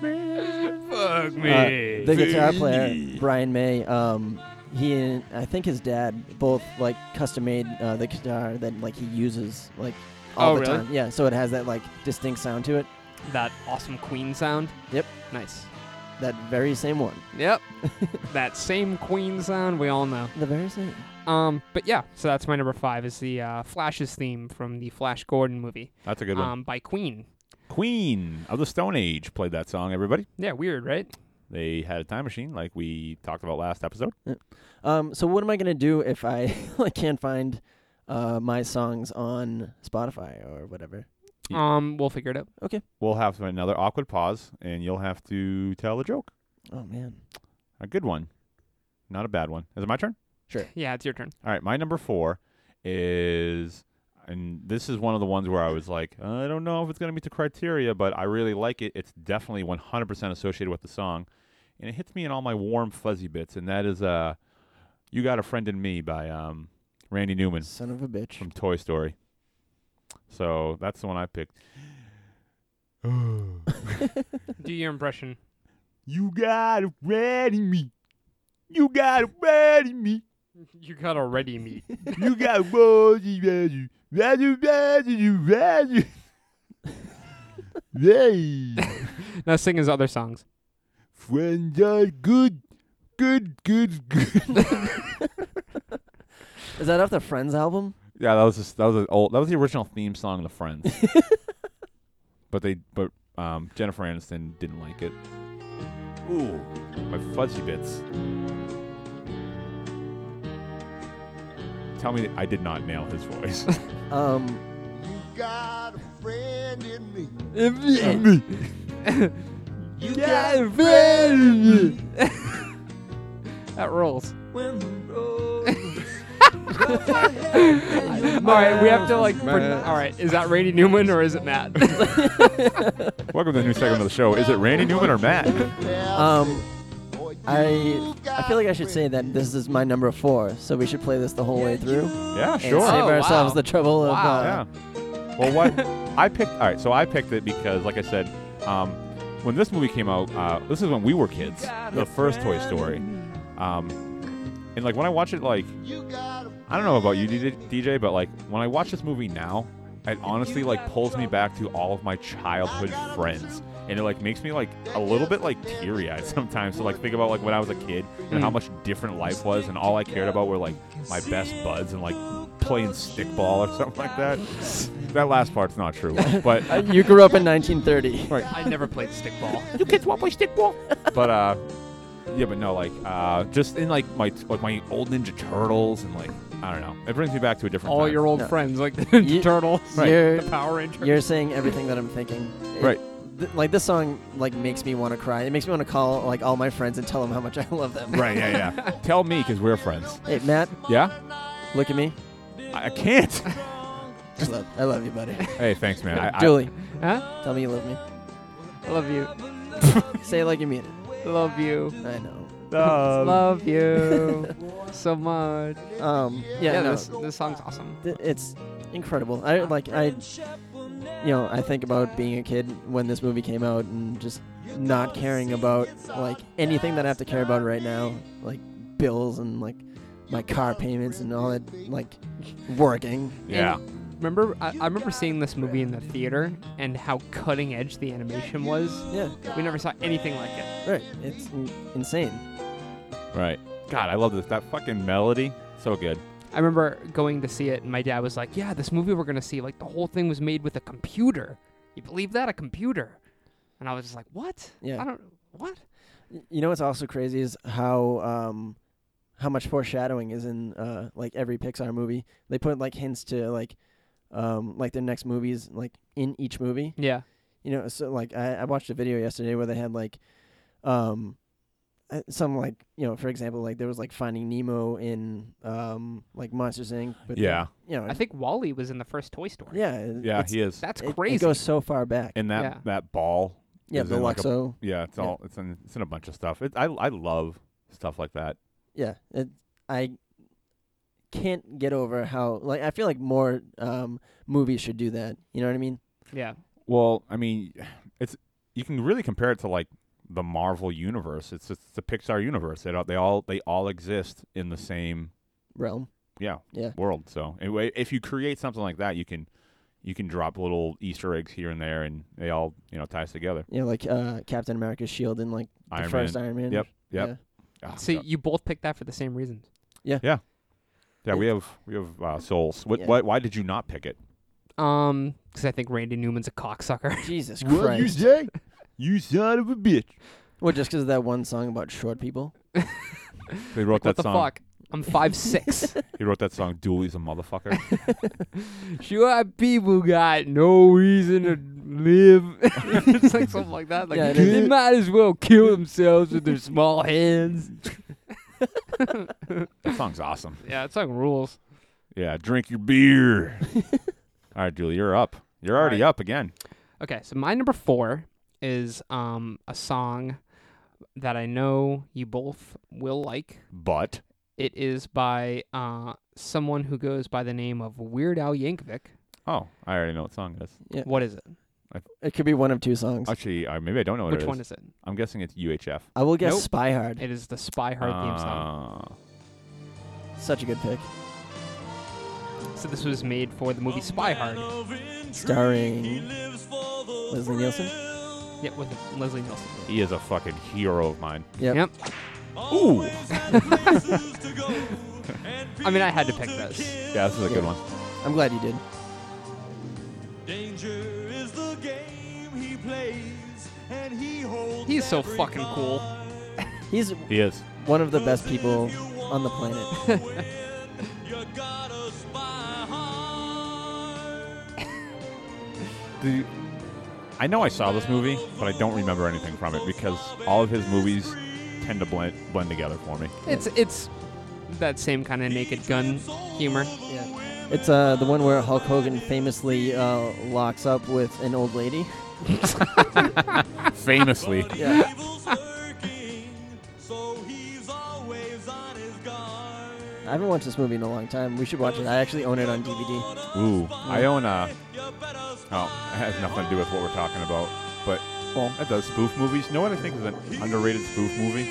[SPEAKER 3] fuck me.
[SPEAKER 2] uh, the guitar player Brian May. Um, he and I think his dad both like custom made uh, the guitar that like he uses like all
[SPEAKER 3] Oh,
[SPEAKER 2] the
[SPEAKER 3] really?
[SPEAKER 2] time. Yeah, so it has that like distinct sound to it.
[SPEAKER 3] that awesome Queen sound.
[SPEAKER 2] Yep.
[SPEAKER 3] Nice.
[SPEAKER 2] That very same one.
[SPEAKER 3] Yep. that same Queen sound we all know.
[SPEAKER 2] The very same.
[SPEAKER 3] Um, but yeah, so that's my number five is the uh, Flash's theme from the Flash Gordon movie
[SPEAKER 1] That's a good one.
[SPEAKER 3] um, by Queen.
[SPEAKER 1] Queen of the Stone Age played that song, everybody.
[SPEAKER 3] Yeah, weird, right?
[SPEAKER 1] They had a time machine like we talked about last episode.
[SPEAKER 2] Um, so what am I gonna do if I like can't find uh, my songs on Spotify or whatever?
[SPEAKER 1] Yeah.
[SPEAKER 3] Um, we'll figure it out.
[SPEAKER 1] We'll have another awkward pause, and you'll have to tell a joke.
[SPEAKER 2] Oh man.
[SPEAKER 1] A good one, not a bad one. Is it my turn?
[SPEAKER 3] Yeah, it's your turn.
[SPEAKER 1] All right, my number four is, and this is one of the ones where I was like, I don't know if it's going to meet the criteria, but I really like it. It's definitely 100% associated with the song, and it hits me in all my warm, fuzzy bits, and that is uh, You Got a Friend in Me by um, Randy Newman
[SPEAKER 2] Son of a bitch.
[SPEAKER 1] from Toy Story. So that's the one I picked.
[SPEAKER 3] Do your impression.
[SPEAKER 1] You got a friend in me. You got a friend in me.
[SPEAKER 3] You got already meat.
[SPEAKER 1] You got fuzzy value. Value, value, value. Hey,
[SPEAKER 3] now sing his other songs.
[SPEAKER 1] friends are good. Good, good, good.
[SPEAKER 2] Is that off the Friends album?
[SPEAKER 1] Yeah, that was just, that was an old that was the original theme song of the Friends. but they but um, Jennifer Aniston didn't like it. Ooh, my fuzzy bits. Tell me I did not nail his voice.
[SPEAKER 2] Um,
[SPEAKER 4] Got a friend in me.
[SPEAKER 1] you got a friend.
[SPEAKER 3] That rolls.
[SPEAKER 4] When the road
[SPEAKER 3] All right, we have to like. pre- all right, is that Randy Newman or is it Matt?
[SPEAKER 1] Welcome to the new segment of the show. Is it Randy Newman or Matt?
[SPEAKER 2] um, I I feel like I should say that this is my number four, so we should play this the whole way through
[SPEAKER 1] Yeah,
[SPEAKER 2] and
[SPEAKER 1] sure.
[SPEAKER 2] save
[SPEAKER 3] Oh,
[SPEAKER 2] ourselves
[SPEAKER 3] wow.
[SPEAKER 2] the trouble of.
[SPEAKER 3] Wow.
[SPEAKER 2] Uh,
[SPEAKER 1] Yeah. Well, what I picked. All right, so I picked it because, like I said, um, when this movie came out, uh, this is when we were kids. The first Toy Story. Um, and like when I watch it, like I don't know about you, DJ, DJ, but like when I watch this movie now, it honestly like pulls me back to all of my childhood friends, and it like makes me like a little bit like teary-eyed sometimes to like think about like when I was a kid and
[SPEAKER 3] Hmm.
[SPEAKER 1] how much different life was, and all I cared about were like my best buds and like playing stickball or something like that. That last part's not true, but
[SPEAKER 2] uh, you grew up in 1930.
[SPEAKER 3] I never played stickball.
[SPEAKER 1] you kids want my stickball? but uh, yeah, but no, like uh, just in like my like my old Ninja Turtles and like I don't know, it brings me back to a different.
[SPEAKER 3] All
[SPEAKER 1] time.
[SPEAKER 3] your old
[SPEAKER 2] No.
[SPEAKER 3] friends, like the
[SPEAKER 2] You-
[SPEAKER 3] Turtles,
[SPEAKER 1] Right.
[SPEAKER 2] You're-
[SPEAKER 3] the Power Rangers.
[SPEAKER 2] You're saying everything that I'm thinking. It-
[SPEAKER 1] Right.
[SPEAKER 2] th- like this song, like makes me want to cry. It makes me want to call like all my friends and tell them how much I love them.
[SPEAKER 1] Right, yeah, yeah. Tell me, because we're friends.
[SPEAKER 2] Hey Matt,
[SPEAKER 1] Yeah?
[SPEAKER 2] look at me.
[SPEAKER 1] I I can't.
[SPEAKER 2] I love, I love you, buddy.
[SPEAKER 1] hey, thanks, man. I, I,
[SPEAKER 2] Julie,
[SPEAKER 3] Huh?
[SPEAKER 2] tell me you love me.
[SPEAKER 3] I love you.
[SPEAKER 2] Say it like you mean it.
[SPEAKER 3] Love you.
[SPEAKER 2] I know.
[SPEAKER 3] Love you so much.
[SPEAKER 2] Um, yeah,
[SPEAKER 3] Yeah,
[SPEAKER 2] no,
[SPEAKER 3] this, this song's awesome.
[SPEAKER 2] th- it's incredible. I like I. you know, I think about being a kid when this movie came out and just not caring about like anything that I have to care about right now, like bills and like my car payments and all that, like working.
[SPEAKER 1] Yeah.
[SPEAKER 3] Remember, I, I remember seeing this movie in the theater and how cutting edge the animation was.
[SPEAKER 2] Yeah,
[SPEAKER 3] We never saw anything like it.
[SPEAKER 2] right. It's in- insane.
[SPEAKER 1] Right. God, I love this. That fucking melody. So good.
[SPEAKER 3] I remember going to see it, and my dad was like, "Yeah, this movie we're gonna see. Like the whole thing was made with a computer. You believe that? A computer?" And I was just like, "What?
[SPEAKER 2] Yeah.
[SPEAKER 3] I don't. What?
[SPEAKER 2] Y- You know what's also crazy is how um how much foreshadowing is in uh like every Pixar movie. They put like hints to like um like their next movies like in each movie.
[SPEAKER 3] Yeah.
[SPEAKER 2] You know, so like I, I watched a video yesterday where they had like um uh, some like you know for example like there was like Finding Nemo in um like Monsters Inc. But
[SPEAKER 1] Yeah.
[SPEAKER 2] you know
[SPEAKER 3] I think Wally was in the first Toy Story.
[SPEAKER 2] yeah it-
[SPEAKER 1] Yeah,
[SPEAKER 2] it's-
[SPEAKER 1] he is.
[SPEAKER 3] That's
[SPEAKER 2] it,
[SPEAKER 3] crazy.
[SPEAKER 2] It goes so far back.
[SPEAKER 1] And that
[SPEAKER 3] Yeah.
[SPEAKER 1] that ball.
[SPEAKER 2] yeah,
[SPEAKER 1] is
[SPEAKER 2] the
[SPEAKER 1] in, like, a-
[SPEAKER 2] Luxo.
[SPEAKER 1] Yeah, it's
[SPEAKER 2] Yeah.
[SPEAKER 1] all it's in it's in a bunch of stuff. It, I I love stuff like that.
[SPEAKER 2] yeah, it, I can't get over how like I feel like more um, movies should do that. You know what I mean?
[SPEAKER 3] yeah.
[SPEAKER 1] Well, I mean, it's you can really compare it to like the Marvel universe. It's it's the Pixar universe. They all they all they all exist in the same
[SPEAKER 2] Realm.
[SPEAKER 1] yeah,
[SPEAKER 2] Yeah.
[SPEAKER 1] world. So anyway, if you create something like that, you can you can drop little Easter eggs here and there, and they all you know ties together.
[SPEAKER 2] You know, like uh, Captain America's shield and like the
[SPEAKER 1] Iron
[SPEAKER 2] first
[SPEAKER 1] Man.
[SPEAKER 2] Iron Man.
[SPEAKER 1] Yep, yep. Ah,
[SPEAKER 3] So
[SPEAKER 1] God.
[SPEAKER 3] you both picked that for the same reasons.
[SPEAKER 1] yeah, we have we have uh, souls. What,
[SPEAKER 2] Yeah.
[SPEAKER 1] why why did you not pick it?
[SPEAKER 3] Um, because I think Randy Newman's a cocksucker.
[SPEAKER 2] Yeah. Jesus Christ.
[SPEAKER 1] say? You son of a bitch.
[SPEAKER 2] Well, just because of that one song about short people.
[SPEAKER 1] They wrote
[SPEAKER 3] what
[SPEAKER 1] that
[SPEAKER 3] the
[SPEAKER 1] song.
[SPEAKER 3] fuck? I'm five six.
[SPEAKER 1] He wrote that song. Dooley's a motherfucker.
[SPEAKER 3] Sure, people got no reason to live. it's like something like that. Like
[SPEAKER 2] Yeah, it
[SPEAKER 3] they
[SPEAKER 2] is.
[SPEAKER 3] might as well kill themselves with their small hands.
[SPEAKER 1] that song's awesome.
[SPEAKER 3] Yeah, it's like rules.
[SPEAKER 1] Yeah, drink your beer. All right, Dooley, you're up. You're already
[SPEAKER 3] right.
[SPEAKER 1] up again.
[SPEAKER 3] Okay, so my number four is um a song that I know you both will like.
[SPEAKER 1] But
[SPEAKER 3] It is by uh someone who goes by the name of Weird Al Yankovic.
[SPEAKER 1] oh, I already know what song it is.
[SPEAKER 3] What is it?
[SPEAKER 2] It could be one of two songs.
[SPEAKER 1] Actually, uh, maybe I don't know what
[SPEAKER 3] Which
[SPEAKER 1] it is.
[SPEAKER 3] one is it?
[SPEAKER 1] I'm guessing it's UHF.
[SPEAKER 2] I will guess
[SPEAKER 3] Nope.
[SPEAKER 2] Spy Hard.
[SPEAKER 3] It is the Spy Hard theme
[SPEAKER 1] Uh,
[SPEAKER 3] song.
[SPEAKER 2] Such a good pick.
[SPEAKER 1] Uh.
[SPEAKER 3] So this was made for the movie Spy Hard.
[SPEAKER 2] Starring Leslie Nielsen.
[SPEAKER 3] Yeah, with Leslie Nielsen.
[SPEAKER 1] He is a fucking hero of mine.
[SPEAKER 2] Yep.
[SPEAKER 3] Yep.
[SPEAKER 1] Ooh,
[SPEAKER 3] I mean, I had to pick this.
[SPEAKER 1] yeah, this is a good
[SPEAKER 2] Yeah.
[SPEAKER 1] one.
[SPEAKER 2] I'm glad you did.
[SPEAKER 4] Danger is the game he plays, and he holds.
[SPEAKER 3] He's so fucking cool.
[SPEAKER 2] He's
[SPEAKER 1] He is.
[SPEAKER 2] one of the best people on the planet.
[SPEAKER 4] You gotta spy hard.
[SPEAKER 1] Do you- I know I saw this movie, but I don't remember anything from it because all of his movies tend to blend blend together for me.
[SPEAKER 3] It's it's that same kind of naked gun humor.
[SPEAKER 2] Yeah. It's uh, the one where Hulk Hogan famously uh, locks up with an old lady.
[SPEAKER 1] Famously,
[SPEAKER 2] Yeah.
[SPEAKER 4] Evil's lurking, so he's always on his guard.
[SPEAKER 2] I haven't watched this movie in a long time. We should watch it. I actually own it on DVD.
[SPEAKER 1] ooh, I own a.
[SPEAKER 4] You better spy
[SPEAKER 1] Oh, it has nothing to do with what we're talking about, but well, that does spoof movies. You know what I think is an underrated spoof movie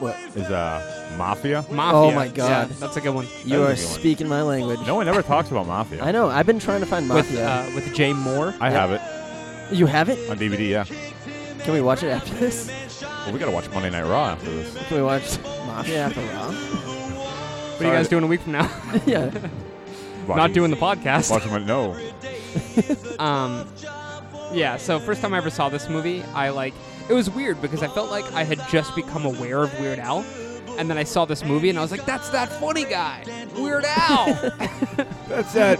[SPEAKER 2] What?
[SPEAKER 1] is uh Mafia.
[SPEAKER 3] Mafia.
[SPEAKER 2] Oh my
[SPEAKER 3] Yeah,
[SPEAKER 2] God.
[SPEAKER 3] that's a good one.
[SPEAKER 2] You are
[SPEAKER 1] That's a good one.
[SPEAKER 2] speaking my language.
[SPEAKER 1] No one ever talks about Mafia.
[SPEAKER 2] I know. I've been trying to find
[SPEAKER 3] With
[SPEAKER 2] Mafia.
[SPEAKER 3] uh, with Jay Moore.
[SPEAKER 1] I have it
[SPEAKER 2] you have it?
[SPEAKER 1] on DVD. Yeah,
[SPEAKER 2] Can we watch it after this?
[SPEAKER 1] well, we gotta watch Monday Night Raw after this.
[SPEAKER 2] Can we watch Mafia after Raw?
[SPEAKER 3] What are you guys doing a week from now?
[SPEAKER 2] yeah.
[SPEAKER 3] Not doing the podcast.
[SPEAKER 1] Watching my no.
[SPEAKER 3] Um, yeah. So first time I ever saw this movie, I like it was weird because I felt like I had just become aware of Weird Al, and then I saw this movie and I was like, that's that funny guy, Weird Al.
[SPEAKER 1] That's that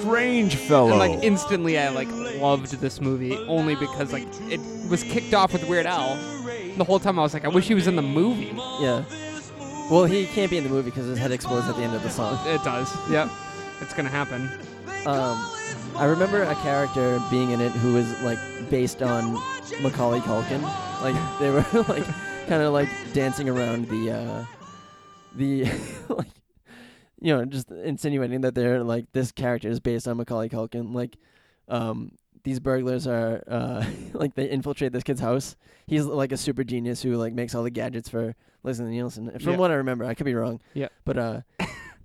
[SPEAKER 1] strange fellow.
[SPEAKER 3] and like instantly I like loved this movie only because like it was kicked off with Weird Al. The whole time I was like, I wish he was in the movie.
[SPEAKER 2] Yeah. Well, he can't be in the movie because his head explodes at the end of the song.
[SPEAKER 3] It does. Yep. It's gonna happen.
[SPEAKER 2] Um, I remember a character being in it who was like based on Macaulay Culkin. Like they were like kind of like dancing around the uh, the like you know just insinuating that they're like this character is based on Macaulay Culkin. Like um, these burglars are uh, like they infiltrate this kid's house. He's like a super genius who like makes all the gadgets for Leslie Nielsen. From
[SPEAKER 3] Yeah.
[SPEAKER 2] what I remember, I could be wrong.
[SPEAKER 3] Yeah.
[SPEAKER 2] but uh,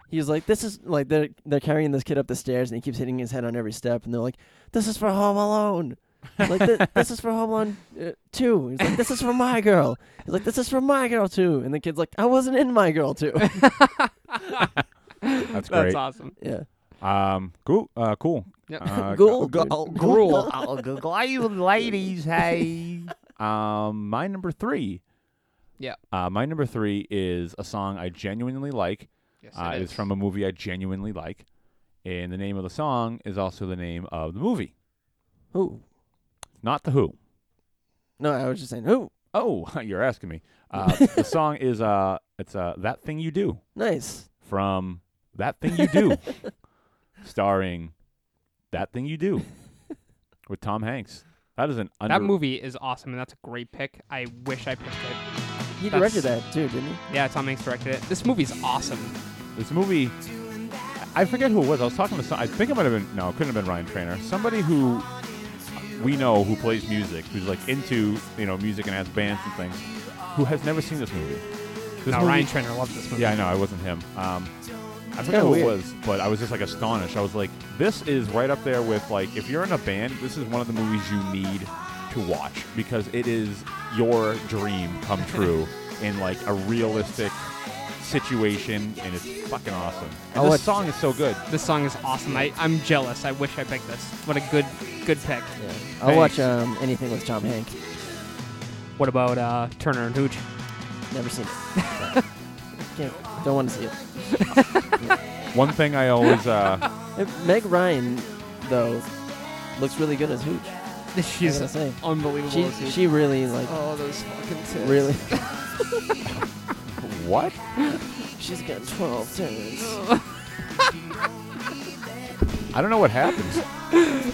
[SPEAKER 2] he's like, this is like they're they're carrying this kid up the stairs, and he keeps hitting his head on every step, and they're like, this is for Home Alone. like th- this is for Home Alone uh, two. He's like, this is for My Girl. He's like, this is for My Girl too. And the kid's like, I wasn't in My Girl too.
[SPEAKER 1] That's
[SPEAKER 3] That's
[SPEAKER 1] great.
[SPEAKER 3] awesome.
[SPEAKER 2] yeah.
[SPEAKER 1] Um, cool. Uh, cool.
[SPEAKER 3] Yep.
[SPEAKER 1] Uh,
[SPEAKER 2] Ghoul,
[SPEAKER 1] go-
[SPEAKER 2] dude.
[SPEAKER 1] oh,
[SPEAKER 2] Ghoul.
[SPEAKER 1] Gruel. Oh, g- gl- ladies, hey. Um, my number three.
[SPEAKER 3] Yeah.
[SPEAKER 1] Uh, my number three is a song I genuinely like.
[SPEAKER 3] Yes,
[SPEAKER 1] uh, It's from a movie I genuinely like, and the name of the song is also the name of the movie,
[SPEAKER 2] Who?
[SPEAKER 1] not the Who.
[SPEAKER 2] No, I was just saying who.
[SPEAKER 1] Oh, you're asking me. Uh, the song is uh, it's uh, that thing you do
[SPEAKER 2] Nice.
[SPEAKER 1] from that thing you do, starring that thing you do with Tom Hanks. That is an under-
[SPEAKER 3] that movie is awesome, and that's a great pick. I wish I picked it.
[SPEAKER 2] He
[SPEAKER 3] That's-
[SPEAKER 2] directed that too, didn't he?
[SPEAKER 3] Yeah, Tom Hanks directed it. This movie's awesome.
[SPEAKER 1] This movie, I forget who it was. I was talking to some. I think it might have been no, it couldn't have been Ryan Trainer. Somebody who we know who plays music, who's like into you know music and has bands and things, who has never seen this movie. This
[SPEAKER 3] Now
[SPEAKER 1] movie-
[SPEAKER 3] Ryan Trainer loves this movie.
[SPEAKER 1] Yeah, I know. I wasn't him. Um, I forgot
[SPEAKER 2] kinda
[SPEAKER 1] who it
[SPEAKER 2] weird.
[SPEAKER 1] was, but I was just like astonished. I was like, this is right up there with like if you're in a band, this is one of the movies you need to watch because it is your dream come true in like a realistic situation, and it's fucking awesome.
[SPEAKER 2] I'll
[SPEAKER 1] And
[SPEAKER 2] watch-
[SPEAKER 1] this song is so good.
[SPEAKER 3] This song is awesome. I, I'm jealous. I wish I picked this. What a good good pick.
[SPEAKER 2] Yeah. I'll watch um, anything with Tom Hanks.
[SPEAKER 3] What about uh, Turner and Hooch?
[SPEAKER 2] Never seen it. Can't, don't want to see it.
[SPEAKER 1] One thing I always uh,
[SPEAKER 2] If Meg Ryan, though, looks really good as Hooch.
[SPEAKER 3] She's
[SPEAKER 2] gotta say.
[SPEAKER 3] unbelievable.
[SPEAKER 2] She
[SPEAKER 3] as Hooch.
[SPEAKER 2] she really like
[SPEAKER 3] oh, those fucking tits.
[SPEAKER 2] really.
[SPEAKER 1] what?
[SPEAKER 3] Oh.
[SPEAKER 2] She's got twelve turns.
[SPEAKER 1] I don't know what happens.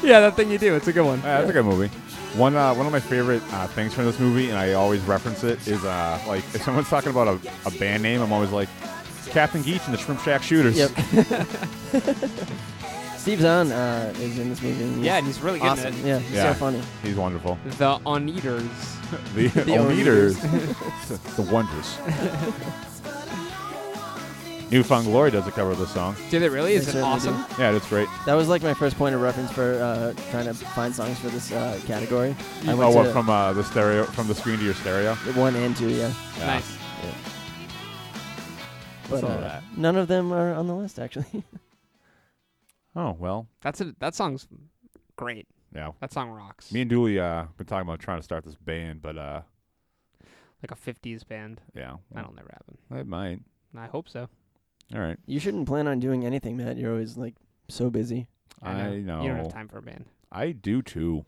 [SPEAKER 3] Yeah, that thing you do. It's a good one.
[SPEAKER 1] Uh, that's a good movie. One uh, one of my favorite uh, things from this movie, and I always reference it, is uh, like if someone's talking about a, a band name, I'm always like Captain Geach and the Shrimp Shack Shooters.
[SPEAKER 2] Yep. Steve Zahn uh, is in this movie. and he's
[SPEAKER 3] Yeah, and he's really good
[SPEAKER 2] awesome.
[SPEAKER 3] at it.
[SPEAKER 2] Yeah, he's
[SPEAKER 1] Yeah.
[SPEAKER 2] so funny.
[SPEAKER 1] He's wonderful.
[SPEAKER 3] The Uneaters.
[SPEAKER 1] The,
[SPEAKER 2] The
[SPEAKER 1] oh,
[SPEAKER 2] O'Neaters.
[SPEAKER 1] Neaters. the Wonders. Newfound Glory does a cover of this song.
[SPEAKER 3] Did it really?
[SPEAKER 2] They
[SPEAKER 3] Is it
[SPEAKER 2] certainly
[SPEAKER 3] awesome?
[SPEAKER 1] Yeah, that's great.
[SPEAKER 2] That was like my first point of reference for uh, trying to find songs for this uh, category. I
[SPEAKER 1] oh,
[SPEAKER 2] went
[SPEAKER 1] what
[SPEAKER 2] to
[SPEAKER 1] from uh, the stereo, from the screen to your stereo.
[SPEAKER 2] one and two, yeah.
[SPEAKER 1] Yeah.
[SPEAKER 3] Nice.
[SPEAKER 2] But
[SPEAKER 1] all
[SPEAKER 2] uh,
[SPEAKER 1] right.
[SPEAKER 2] none of them are on the list actually.
[SPEAKER 1] Oh well,
[SPEAKER 3] That's a, that song's great.
[SPEAKER 1] yeah.
[SPEAKER 3] That song rocks.
[SPEAKER 1] Me and Dooley uh, been talking about trying to start this band, but uh,
[SPEAKER 3] like a 50s band.
[SPEAKER 1] yeah,
[SPEAKER 3] That'll never happen.
[SPEAKER 1] it might.
[SPEAKER 3] I hope so.
[SPEAKER 1] All right,
[SPEAKER 2] you shouldn't plan on doing anything, Matt. You're always like so busy.
[SPEAKER 1] I
[SPEAKER 3] know.
[SPEAKER 1] know.
[SPEAKER 3] You don't have time for a band.
[SPEAKER 1] I do too.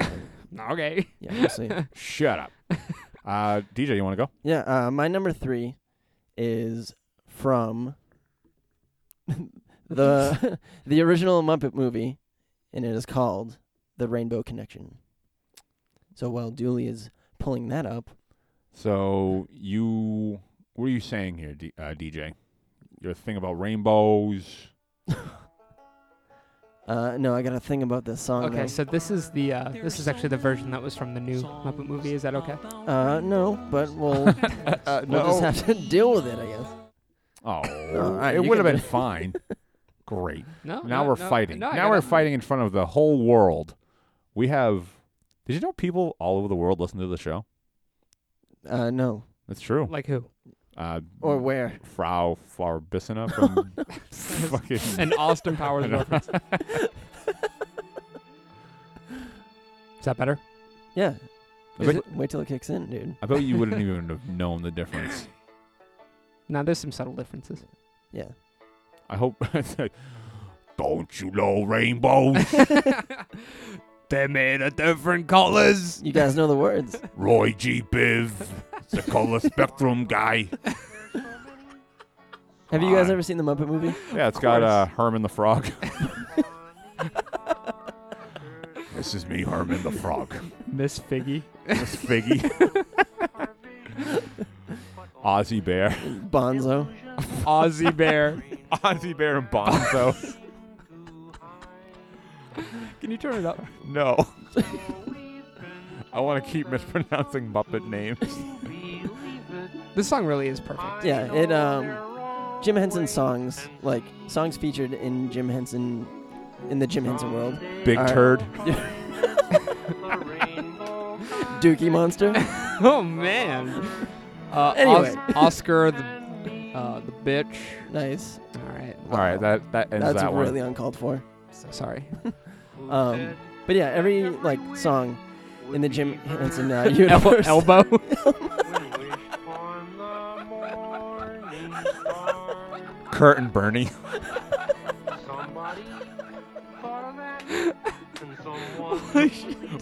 [SPEAKER 3] Okay.
[SPEAKER 2] Yeah, we'll see.
[SPEAKER 1] Shut up. uh, DJ, you want to go?
[SPEAKER 2] Yeah, uh, my number three is from the the original Muppet movie, and it is called The Rainbow Connection. So while Dooley is pulling that up,
[SPEAKER 1] So you, what are you saying here, D- uh, DJ? Your thing about rainbows.
[SPEAKER 2] uh, no, I got a thing about this song.
[SPEAKER 3] Okay,
[SPEAKER 2] now.
[SPEAKER 3] so this is the uh, this is actually the version that was from the new Muppet movie. Is that okay?
[SPEAKER 2] uh, no, but we'll
[SPEAKER 1] Uh,
[SPEAKER 2] we'll just have to deal with it, I guess.
[SPEAKER 1] oh,
[SPEAKER 3] Uh,
[SPEAKER 2] right,
[SPEAKER 1] it
[SPEAKER 2] you
[SPEAKER 1] would have
[SPEAKER 2] can
[SPEAKER 1] been
[SPEAKER 2] do it.
[SPEAKER 1] fine. Great.
[SPEAKER 3] No.
[SPEAKER 1] Now
[SPEAKER 3] Oh, no,
[SPEAKER 1] we're
[SPEAKER 3] no,
[SPEAKER 1] fighting.
[SPEAKER 3] no, I
[SPEAKER 1] now
[SPEAKER 3] got
[SPEAKER 1] we're
[SPEAKER 3] it.
[SPEAKER 1] fighting in front of the whole world. We have. Did you know people all over the world listen to the show?
[SPEAKER 2] Uh, no,
[SPEAKER 1] That's true.
[SPEAKER 3] Like who?
[SPEAKER 1] Uh,
[SPEAKER 2] or where?
[SPEAKER 1] Frau Flarbissina from fucking.
[SPEAKER 3] An Austin Powers
[SPEAKER 1] I know.
[SPEAKER 3] reference. Is that better?
[SPEAKER 2] Yeah,
[SPEAKER 1] I bet,
[SPEAKER 2] Just wait till it kicks in, dude.
[SPEAKER 1] I bet you wouldn't even have known the difference.
[SPEAKER 3] Now there's some subtle differences.
[SPEAKER 2] Yeah,
[SPEAKER 1] I hope. it's like, Don't you know rainbows?
[SPEAKER 3] They're made of different colors.
[SPEAKER 2] you guys know the words.
[SPEAKER 1] Roy G. Biv, the color spectrum guy.
[SPEAKER 2] Have you guys
[SPEAKER 1] Fine.
[SPEAKER 2] ever seen the Muppet movie?
[SPEAKER 1] Yeah, it's got uh, Herman the Frog. this is me, Herman the Frog.
[SPEAKER 3] Miss Figgy.
[SPEAKER 1] Miss Figgy. Ozzy Bear.
[SPEAKER 2] Bonzo.
[SPEAKER 3] Aussie Bear.
[SPEAKER 1] Ozzy Bear and Bonzo.
[SPEAKER 3] Can you turn it up?
[SPEAKER 1] No. I want to keep mispronouncing Muppet names.
[SPEAKER 3] This song really is perfect.
[SPEAKER 2] Yeah, it um Jim Henson songs, like songs featured in Jim Henson in the Jim Henson world.
[SPEAKER 1] Big
[SPEAKER 2] All right.
[SPEAKER 1] turd.
[SPEAKER 2] Dookie Monster.
[SPEAKER 3] Oh man. Uh,
[SPEAKER 2] Anyway.
[SPEAKER 3] Os- Oscar the uh, the bitch.
[SPEAKER 2] nice.
[SPEAKER 3] All right.
[SPEAKER 1] All right, that that ends
[SPEAKER 2] That's
[SPEAKER 1] that
[SPEAKER 2] really
[SPEAKER 1] one.
[SPEAKER 2] uncalled for.
[SPEAKER 3] So sorry.
[SPEAKER 2] Um but yeah, every like song in the Jim Henson uh,
[SPEAKER 3] El-
[SPEAKER 2] universe.
[SPEAKER 3] elbow.
[SPEAKER 1] Kurt and Bernie.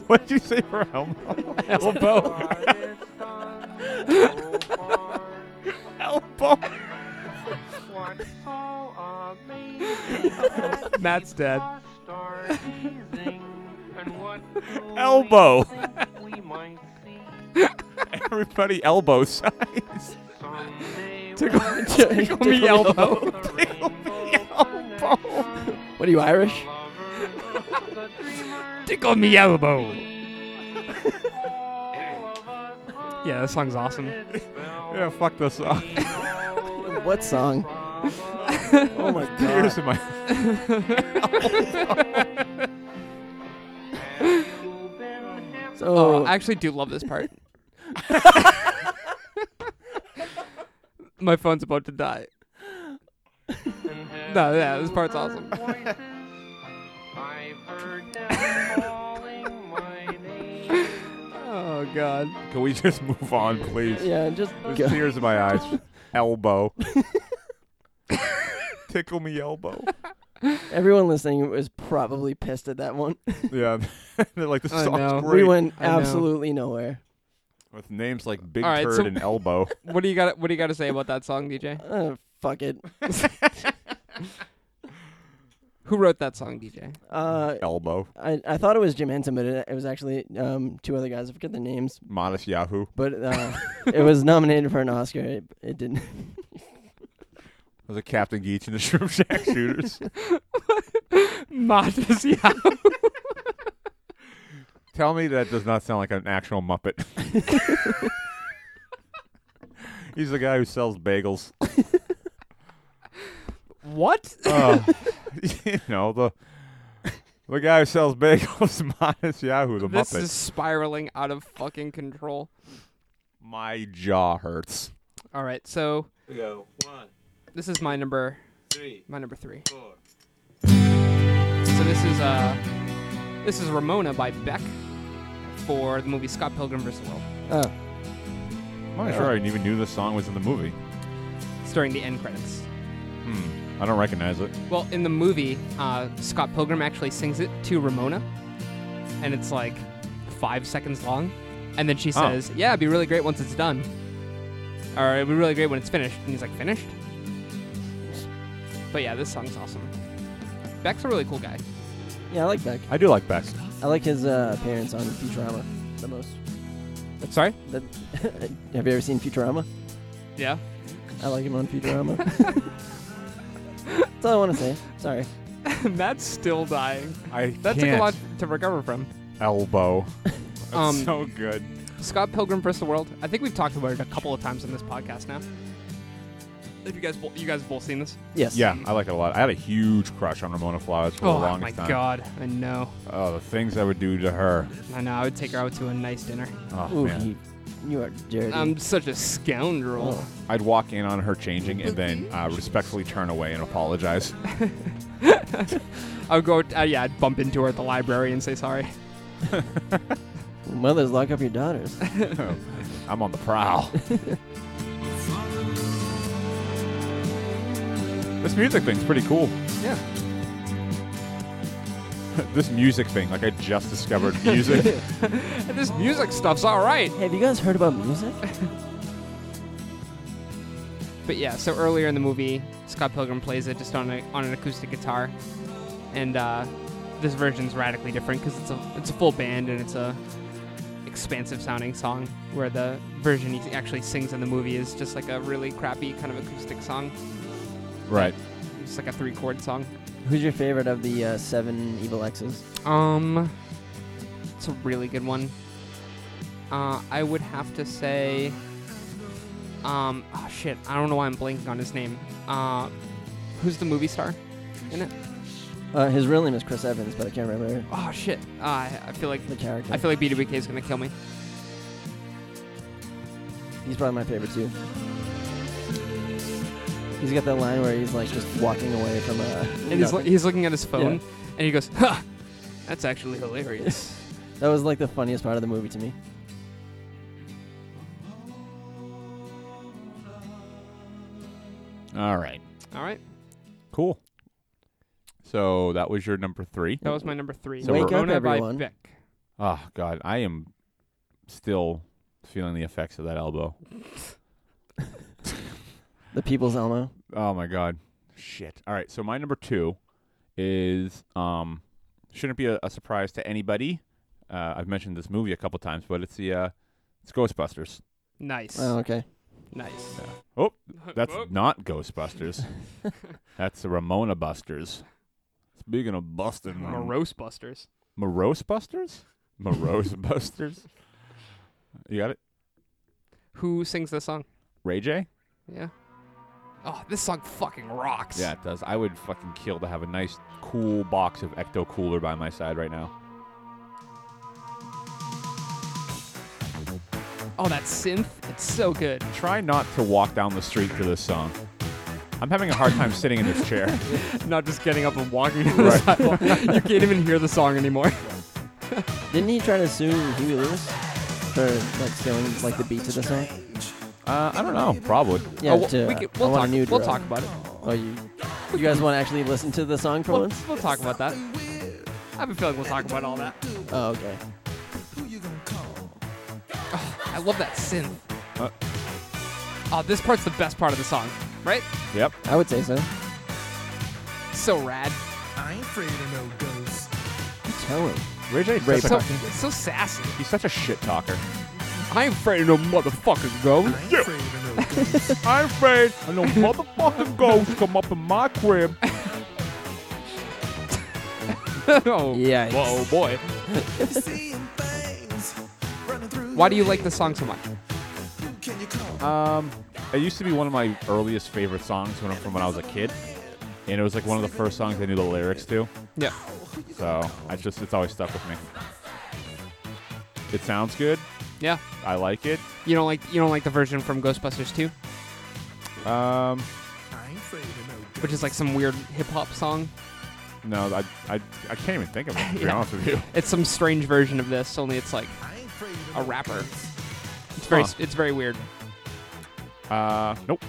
[SPEAKER 1] what did you say for elbow? elbow. elbow.
[SPEAKER 3] Matt's dead.
[SPEAKER 1] Elbow. Everybody elbow size. Tickle,
[SPEAKER 2] Tickle
[SPEAKER 3] me elbow.
[SPEAKER 1] tickle me elbow.
[SPEAKER 2] What are you Irish?
[SPEAKER 3] Tickle me elbow. yeah, that song's awesome.
[SPEAKER 1] Yeah, fuck this up.
[SPEAKER 2] What song? oh my
[SPEAKER 1] Tears
[SPEAKER 2] god.
[SPEAKER 1] in my.
[SPEAKER 3] Oh,
[SPEAKER 2] So
[SPEAKER 3] I actually do love this part. My phone's about to die. no, yeah, this part's awesome. oh god.
[SPEAKER 1] Can we just move on, please?
[SPEAKER 2] yeah, just
[SPEAKER 1] There's
[SPEAKER 2] go.
[SPEAKER 1] tears in my eyes. Elbow. Tickle me elbow.
[SPEAKER 2] everyone listening was probably pissed at that one.
[SPEAKER 1] Yeah, they're like this
[SPEAKER 3] I know.
[SPEAKER 1] song's
[SPEAKER 2] We
[SPEAKER 1] great.
[SPEAKER 2] went
[SPEAKER 3] I know.
[SPEAKER 2] absolutely nowhere.
[SPEAKER 1] With names like Big
[SPEAKER 3] All right,
[SPEAKER 1] Turd
[SPEAKER 3] so-
[SPEAKER 1] and Elbow.
[SPEAKER 3] What do you got what do you got to say about that song, DJ?
[SPEAKER 2] Uh, fuck it.
[SPEAKER 3] Who wrote that song, DJ?
[SPEAKER 2] Uh,
[SPEAKER 1] elbow.
[SPEAKER 2] I, I thought it was Jim Henson, but it, it was actually um, two other guys. I forget their names,
[SPEAKER 1] Modest Yahoo.
[SPEAKER 2] but uh, it was nominated for an Oscar. It, it didn't.
[SPEAKER 1] Was it Captain Geach and the Shroom Shack Shooters?
[SPEAKER 3] Modest Yahoo.
[SPEAKER 1] Tell me that does not sound like an actual Muppet. He's the guy who sells bagels.
[SPEAKER 3] What?
[SPEAKER 1] Uh, you know the the guy who sells bagels, Modest Yahoo, the
[SPEAKER 3] this
[SPEAKER 1] Muppet.
[SPEAKER 3] is spiraling out of fucking control.
[SPEAKER 1] My jaw hurts.
[SPEAKER 3] All right, so
[SPEAKER 7] We go one,
[SPEAKER 3] this is my number
[SPEAKER 7] three,
[SPEAKER 3] my number 3.
[SPEAKER 7] four.
[SPEAKER 3] So this is uh this is Ramona by Beck for the movie Scott Pilgrim vs. World.
[SPEAKER 2] Oh,
[SPEAKER 1] I'm not sure I even knew this song was in the movie.
[SPEAKER 3] It's during the end credits.
[SPEAKER 1] Hmm. I don't recognize it.
[SPEAKER 3] Well, in the movie, uh, Scott Pilgrim actually sings it to Ramona, and it's like five seconds long, and then she
[SPEAKER 1] Oh.
[SPEAKER 3] says, "Yeah, it'd be really great once it's done, or it'd be really great when it's finished." And he's like, "Finished?" But yeah, this song's awesome. Beck's a really cool guy.
[SPEAKER 2] yeah, I like Beck.
[SPEAKER 1] I do like Beck.
[SPEAKER 2] I like his uh, appearance on Futurama the most.
[SPEAKER 3] Sorry?
[SPEAKER 2] That, have you ever seen Futurama?
[SPEAKER 3] Yeah.
[SPEAKER 2] I like him on Futurama. That's all I want to say. Sorry.
[SPEAKER 3] Matt's still dying.
[SPEAKER 1] I
[SPEAKER 3] That took a
[SPEAKER 1] can't.
[SPEAKER 3] lot to recover from.
[SPEAKER 1] Elbow. That's
[SPEAKER 3] Um,
[SPEAKER 1] so good.
[SPEAKER 3] Scott Pilgrim vs. the World. I think we've talked about it a couple of times on this podcast now. Have you guys bo- you guys both seen this?
[SPEAKER 2] Yes.
[SPEAKER 1] Yeah, I like it a lot. I had a huge crush on Ramona Flowers for the
[SPEAKER 3] oh
[SPEAKER 1] longest
[SPEAKER 3] my
[SPEAKER 1] time.
[SPEAKER 3] god! I know,
[SPEAKER 1] Oh, the things I would do to her.
[SPEAKER 3] I know. I would take her out to a nice dinner.
[SPEAKER 1] Oh
[SPEAKER 2] Ooh,
[SPEAKER 1] man,
[SPEAKER 2] he, you are dirty.
[SPEAKER 3] I'm such a scoundrel.
[SPEAKER 2] Oh.
[SPEAKER 1] I'd walk in on her changing and then uh, respectfully turn away and apologize.
[SPEAKER 3] I would go. Uh, yeah, I'd bump into her at the library and say sorry.
[SPEAKER 2] Mothers lock up your daughters.
[SPEAKER 1] I'm on the prowl. this music thing's pretty cool.
[SPEAKER 3] Yeah.
[SPEAKER 1] this music thing, like I just discovered music.
[SPEAKER 3] And this music stuff's all right.
[SPEAKER 2] Hey, have you guys heard about music?
[SPEAKER 3] But yeah, so earlier in the movie, Scott Pilgrim plays it just on a, on an acoustic guitar, and uh, this version's radically different because it's a it's a full band and it's a expansive sounding song. Where the version he actually sings in the movie is just like a really crappy kind of acoustic song,
[SPEAKER 1] right.
[SPEAKER 3] just like a three chord song.
[SPEAKER 2] Who's your favorite of the uh, seven evil exes?
[SPEAKER 3] Um, it's a really good one. Uh, I would have to say, um, oh shit, I don't know why I'm blanking on his name. Uh, who's the movie star in it?
[SPEAKER 2] Uh, his real name is Chris Evans, but I can't remember
[SPEAKER 3] Oh shit, uh, I I feel like
[SPEAKER 2] the character.
[SPEAKER 3] I feel like BWK is gonna kill me.
[SPEAKER 2] he's probably my favorite too. He's got that line where he's like just walking away from uh, a.
[SPEAKER 3] And he's,
[SPEAKER 2] nothing.
[SPEAKER 3] lo- he's looking at his phone, and he goes, "Huh, that's actually hilarious."
[SPEAKER 2] that was like the funniest part of the movie to me.
[SPEAKER 1] All right.
[SPEAKER 3] All right,
[SPEAKER 1] Cool. So that was your number three.
[SPEAKER 3] that was my number three.
[SPEAKER 1] So we're-
[SPEAKER 2] Wake up,
[SPEAKER 3] Corona by
[SPEAKER 2] everyone.
[SPEAKER 3] Vic.
[SPEAKER 1] Oh God, I am still feeling the effects of that elbow.
[SPEAKER 2] The People's Elmo.
[SPEAKER 1] Oh my God, shit. All right, so my number two is um shouldn't be a, a surprise to anybody. Uh, I've mentioned this movie a couple times, but it's the uh, it's Ghostbusters.
[SPEAKER 3] Nice,
[SPEAKER 2] Oh, okay.
[SPEAKER 3] nice.
[SPEAKER 1] Oh, that's
[SPEAKER 3] Oh,
[SPEAKER 1] not Ghostbusters. that's the Ramona Busters. Speaking of busting,
[SPEAKER 3] morose busters.
[SPEAKER 1] morose Busters, morose Busters. You got it,
[SPEAKER 3] Who sings this song?
[SPEAKER 1] Ray J.
[SPEAKER 3] Yeah. Oh, this song fucking rocks.
[SPEAKER 1] Yeah, it does. I would fucking kill to have a nice, cool box of Ecto Cooler by my side right now.
[SPEAKER 3] Oh, that synth. It's so good.
[SPEAKER 1] Try not to walk down the street to this song. I'm having a hard time sitting in this chair.
[SPEAKER 3] Not just getting up and walking down the sidewalk. you can't even hear the song anymore.
[SPEAKER 2] Didn't he try to sue Huey Lewis for like stealing like the beat to the song?
[SPEAKER 1] Uh, I don't know. Probably.
[SPEAKER 2] Yeah,
[SPEAKER 3] Oh, well,
[SPEAKER 2] to,
[SPEAKER 3] we
[SPEAKER 2] uh,
[SPEAKER 3] can-
[SPEAKER 2] I
[SPEAKER 3] we'll,
[SPEAKER 2] Want
[SPEAKER 3] talk,
[SPEAKER 2] a New
[SPEAKER 3] we'll
[SPEAKER 2] Drug.
[SPEAKER 3] talk about it.
[SPEAKER 2] Oh, you, you guys want to actually listen to the song for
[SPEAKER 3] We'll,
[SPEAKER 2] once?
[SPEAKER 3] we'll talk about that. I have a feeling we'll talk about all that.
[SPEAKER 2] Oh, okay.
[SPEAKER 3] I love that synth.
[SPEAKER 1] Uh.
[SPEAKER 3] oh, this part's the best part of the song, right?
[SPEAKER 1] Yep.
[SPEAKER 2] I would say so.
[SPEAKER 3] So rad.
[SPEAKER 7] I ain't afraid of no ghosts.
[SPEAKER 2] Tell him.
[SPEAKER 1] Ray J.
[SPEAKER 2] Ray
[SPEAKER 1] Such
[SPEAKER 3] So,
[SPEAKER 1] a,
[SPEAKER 3] so sassy.
[SPEAKER 1] he's such a shit talker.
[SPEAKER 3] I'm afraid of no motherfucking ghost.
[SPEAKER 7] I ain't afraid of no ghosts.
[SPEAKER 1] I'm afraid I know motherfucking ghosts come up in my crib.
[SPEAKER 3] oh,
[SPEAKER 2] Yikes.
[SPEAKER 1] Whoa, boy.
[SPEAKER 4] Seeing things running through
[SPEAKER 3] Why do you like the song so much?
[SPEAKER 4] you. Can you call?
[SPEAKER 1] Um, it used to be one of my earliest favorite songs when, from when I was a kid, and it was like one of the first songs I knew the lyrics to.
[SPEAKER 3] Yeah.
[SPEAKER 1] So I just it's always stuck with me. It sounds good.
[SPEAKER 3] Yeah.
[SPEAKER 1] I like it.
[SPEAKER 3] You don't like you don't like the version from Ghostbusters 2,
[SPEAKER 1] Um,
[SPEAKER 7] I ain't afraid of no ghosts.
[SPEAKER 3] which is like some weird hip hop song.
[SPEAKER 1] no, I, I, I can't even think of it. To be
[SPEAKER 3] Yeah.
[SPEAKER 1] honest with you,
[SPEAKER 3] It's some strange version of this, only it's like
[SPEAKER 4] I ain't afraid of
[SPEAKER 3] a rapper. It's very
[SPEAKER 1] Huh.
[SPEAKER 3] it's very weird.
[SPEAKER 1] uh, nope.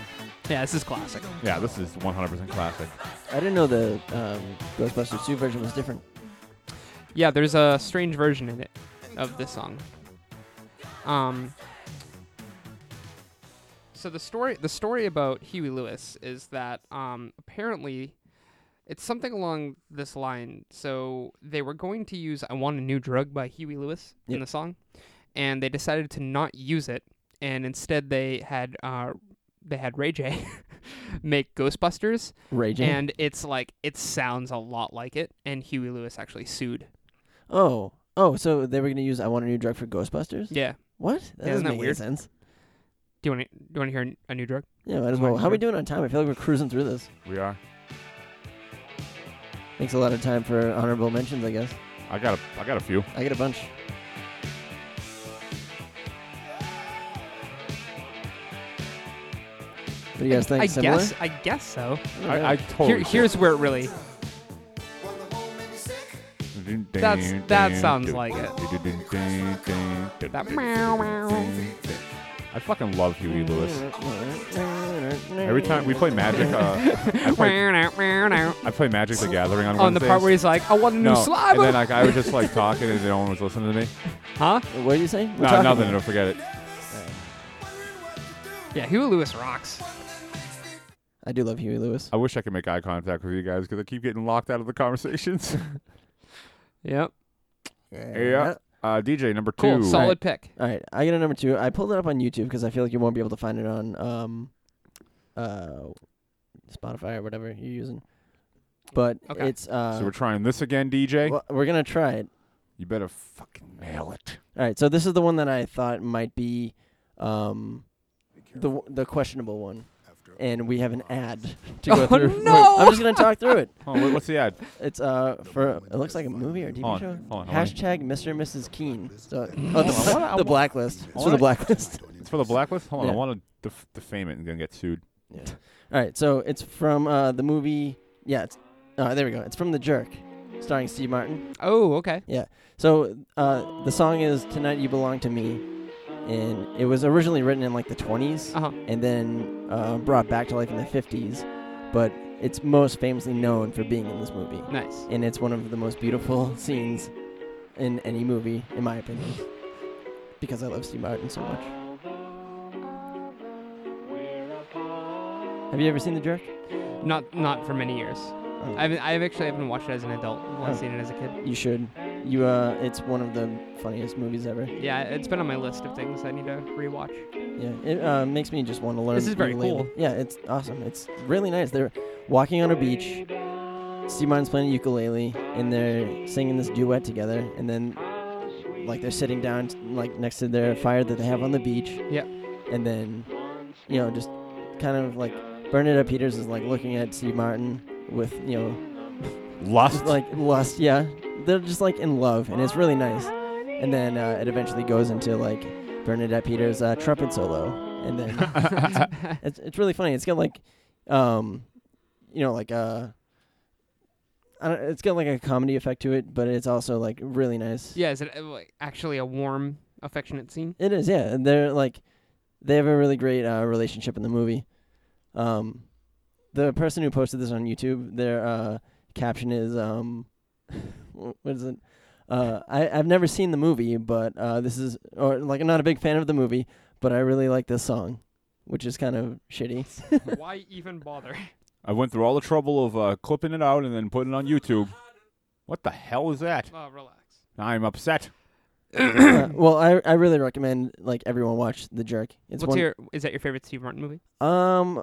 [SPEAKER 3] Yeah, this is classic.
[SPEAKER 1] Yeah, this is 100% classic.
[SPEAKER 2] I didn't know the um, Ghostbusters 2 version was different.
[SPEAKER 3] Yeah, there's a strange version in it of this song. Um So the story the story about Huey Lewis is that um apparently it's something along this line. So they were going to use I Want a New Drug by Huey Lewis in
[SPEAKER 2] Yep.
[SPEAKER 3] the song and they decided to not use it and instead they had uh they had Ray J make Ghostbusters
[SPEAKER 2] Raging.
[SPEAKER 3] and it's like it sounds a lot like it and huey lewis actually sued
[SPEAKER 2] oh, oh, so they were gonna use "I Want a New Drug" for Ghostbusters?
[SPEAKER 3] yeah
[SPEAKER 2] What? That
[SPEAKER 3] Yeah, isn't
[SPEAKER 2] doesn't
[SPEAKER 3] that
[SPEAKER 2] make any
[SPEAKER 3] weird?
[SPEAKER 2] sense.
[SPEAKER 3] do you want to do you want to hear n- a new drug
[SPEAKER 2] Yeah, might as
[SPEAKER 3] Want a
[SPEAKER 2] well.
[SPEAKER 3] New
[SPEAKER 2] How are we
[SPEAKER 3] Drug?
[SPEAKER 2] doing on time? I feel like we're cruising through this.
[SPEAKER 1] We are.
[SPEAKER 2] Makes a lot of time for honorable mentions, I guess.
[SPEAKER 1] I got a, I got a few.
[SPEAKER 2] I get a bunch. What do you guys think?
[SPEAKER 3] i
[SPEAKER 2] Similar?
[SPEAKER 3] guess i guess so
[SPEAKER 1] I, I
[SPEAKER 3] here,
[SPEAKER 1] totally.
[SPEAKER 3] here's where it really That's- that sounds like it. that meow meow
[SPEAKER 1] I fucking love Huey Lewis. Every time we play Magic, uh, I, play,
[SPEAKER 3] meow, meow, meow.
[SPEAKER 1] I play Magic the Gathering on
[SPEAKER 3] on the part
[SPEAKER 1] Wednesdays.
[SPEAKER 3] where he's like i want a new
[SPEAKER 1] no, and
[SPEAKER 3] saliva
[SPEAKER 1] then like I was just like talking and no one was listening to me.
[SPEAKER 3] huh
[SPEAKER 2] What are you saying? We're
[SPEAKER 1] No,
[SPEAKER 2] talking
[SPEAKER 1] nothing.
[SPEAKER 2] about-
[SPEAKER 1] No, forget it.
[SPEAKER 3] yeah huey lewis rocks
[SPEAKER 2] I do love Huey Lewis.
[SPEAKER 1] I wish I could make eye contact with you guys because I keep getting locked out of the conversations.
[SPEAKER 3] yep
[SPEAKER 1] yeah. Uh, DJ number two.
[SPEAKER 3] cool solid pick
[SPEAKER 2] All right, I got a number two. I pulled it up on YouTube because I feel like you won't be able to find it on um, uh, Spotify or whatever you're using. but
[SPEAKER 3] Okay.
[SPEAKER 2] it's uh,
[SPEAKER 1] so we're trying this again, DJ.
[SPEAKER 2] well, we're gonna try it.
[SPEAKER 1] you better fucking nail it.
[SPEAKER 2] All right, so this is the one that I thought might be um, the w- the questionable one, and we have an ad to go
[SPEAKER 3] Oh,
[SPEAKER 2] through. Wait,
[SPEAKER 3] no!
[SPEAKER 2] I'm just gonna talk through it.
[SPEAKER 1] Oh, wait, what's the ad?
[SPEAKER 2] It's uh for it looks like a movie or a TV
[SPEAKER 1] Hold on,
[SPEAKER 2] show.
[SPEAKER 1] hold on, hold on.
[SPEAKER 2] Hashtag Mr. and Mrs. Keen. So, oh,
[SPEAKER 1] Hold
[SPEAKER 2] the,
[SPEAKER 1] on, I wanna- I wa-
[SPEAKER 2] the blacklist. It's for
[SPEAKER 1] wanna-
[SPEAKER 2] the blacklist.
[SPEAKER 1] It's for the blacklist. Hold on, I
[SPEAKER 2] Yeah.
[SPEAKER 1] want to def- defame it and gonna get sued.
[SPEAKER 2] yeah. All right, so it's from uh, the movie. Yeah, it's uh, there we go. It's from The Jerk, starring Steve Martin.
[SPEAKER 3] Oh, okay.
[SPEAKER 2] So uh, the song is "Tonight You Belong to Me," and it was originally written in like the 20s.
[SPEAKER 3] Uh huh.
[SPEAKER 2] and then uh, brought back to life in the 50s. But it's most famously known for being in this movie.
[SPEAKER 3] Nice.
[SPEAKER 2] And it's one of the most beautiful scenes in any movie, in my opinion. Because I love Steve Martin so much. Have you ever seen The Jerk?
[SPEAKER 3] Not not for many years.
[SPEAKER 2] Oh,
[SPEAKER 3] I've I've actually haven't watched it as an adult. I've only
[SPEAKER 2] Oh.
[SPEAKER 3] seen it as a kid.
[SPEAKER 2] you should. You, uh, it's one of the funniest movies ever.
[SPEAKER 3] Yeah, it's been on my list of things I need to rewatch.
[SPEAKER 2] Yeah, it uh, makes me just want to learn.
[SPEAKER 3] This is very
[SPEAKER 2] ukulele.
[SPEAKER 3] cool.
[SPEAKER 2] Yeah, it's awesome. It's really nice. They're walking on a beach. Steve Martin's playing a ukulele, and they're singing this duet together. And then, like, they're sitting down, like, next to their fire that they have on the beach.
[SPEAKER 3] Yep.
[SPEAKER 2] And then, you know, just kind of like Bernadette Peters is like looking at Steve Martin with, you know,
[SPEAKER 1] Lust.
[SPEAKER 2] just, like lust yeah they're just like in love and it's really nice and then uh, it eventually goes into like bernadette peters uh, trumpet solo and then it's, it's really funny it's got like um you know like uh I don't, it's got like a comedy effect to it but it's also like really nice
[SPEAKER 3] Yeah, is it uh, like, actually a warm, affectionate scene?
[SPEAKER 2] it is yeah and they're like they have a really great uh, relationship in the movie um the person who posted this on youtube their uh caption is um what is it? Uh, I I've never seen the movie, but uh, this is or like I'm not a big fan of the movie, but I really like this song, which is kind of shitty.
[SPEAKER 3] Why even bother?
[SPEAKER 1] I went through all the trouble of uh, clipping it out and then putting it on YouTube. What the hell is that?
[SPEAKER 3] Oh, relax.
[SPEAKER 1] I'm upset.
[SPEAKER 2] Uh, well, I I really recommend like everyone watch The Jerk. It's
[SPEAKER 3] What's
[SPEAKER 2] one
[SPEAKER 3] your is that your favorite Steve Martin movie?
[SPEAKER 2] um,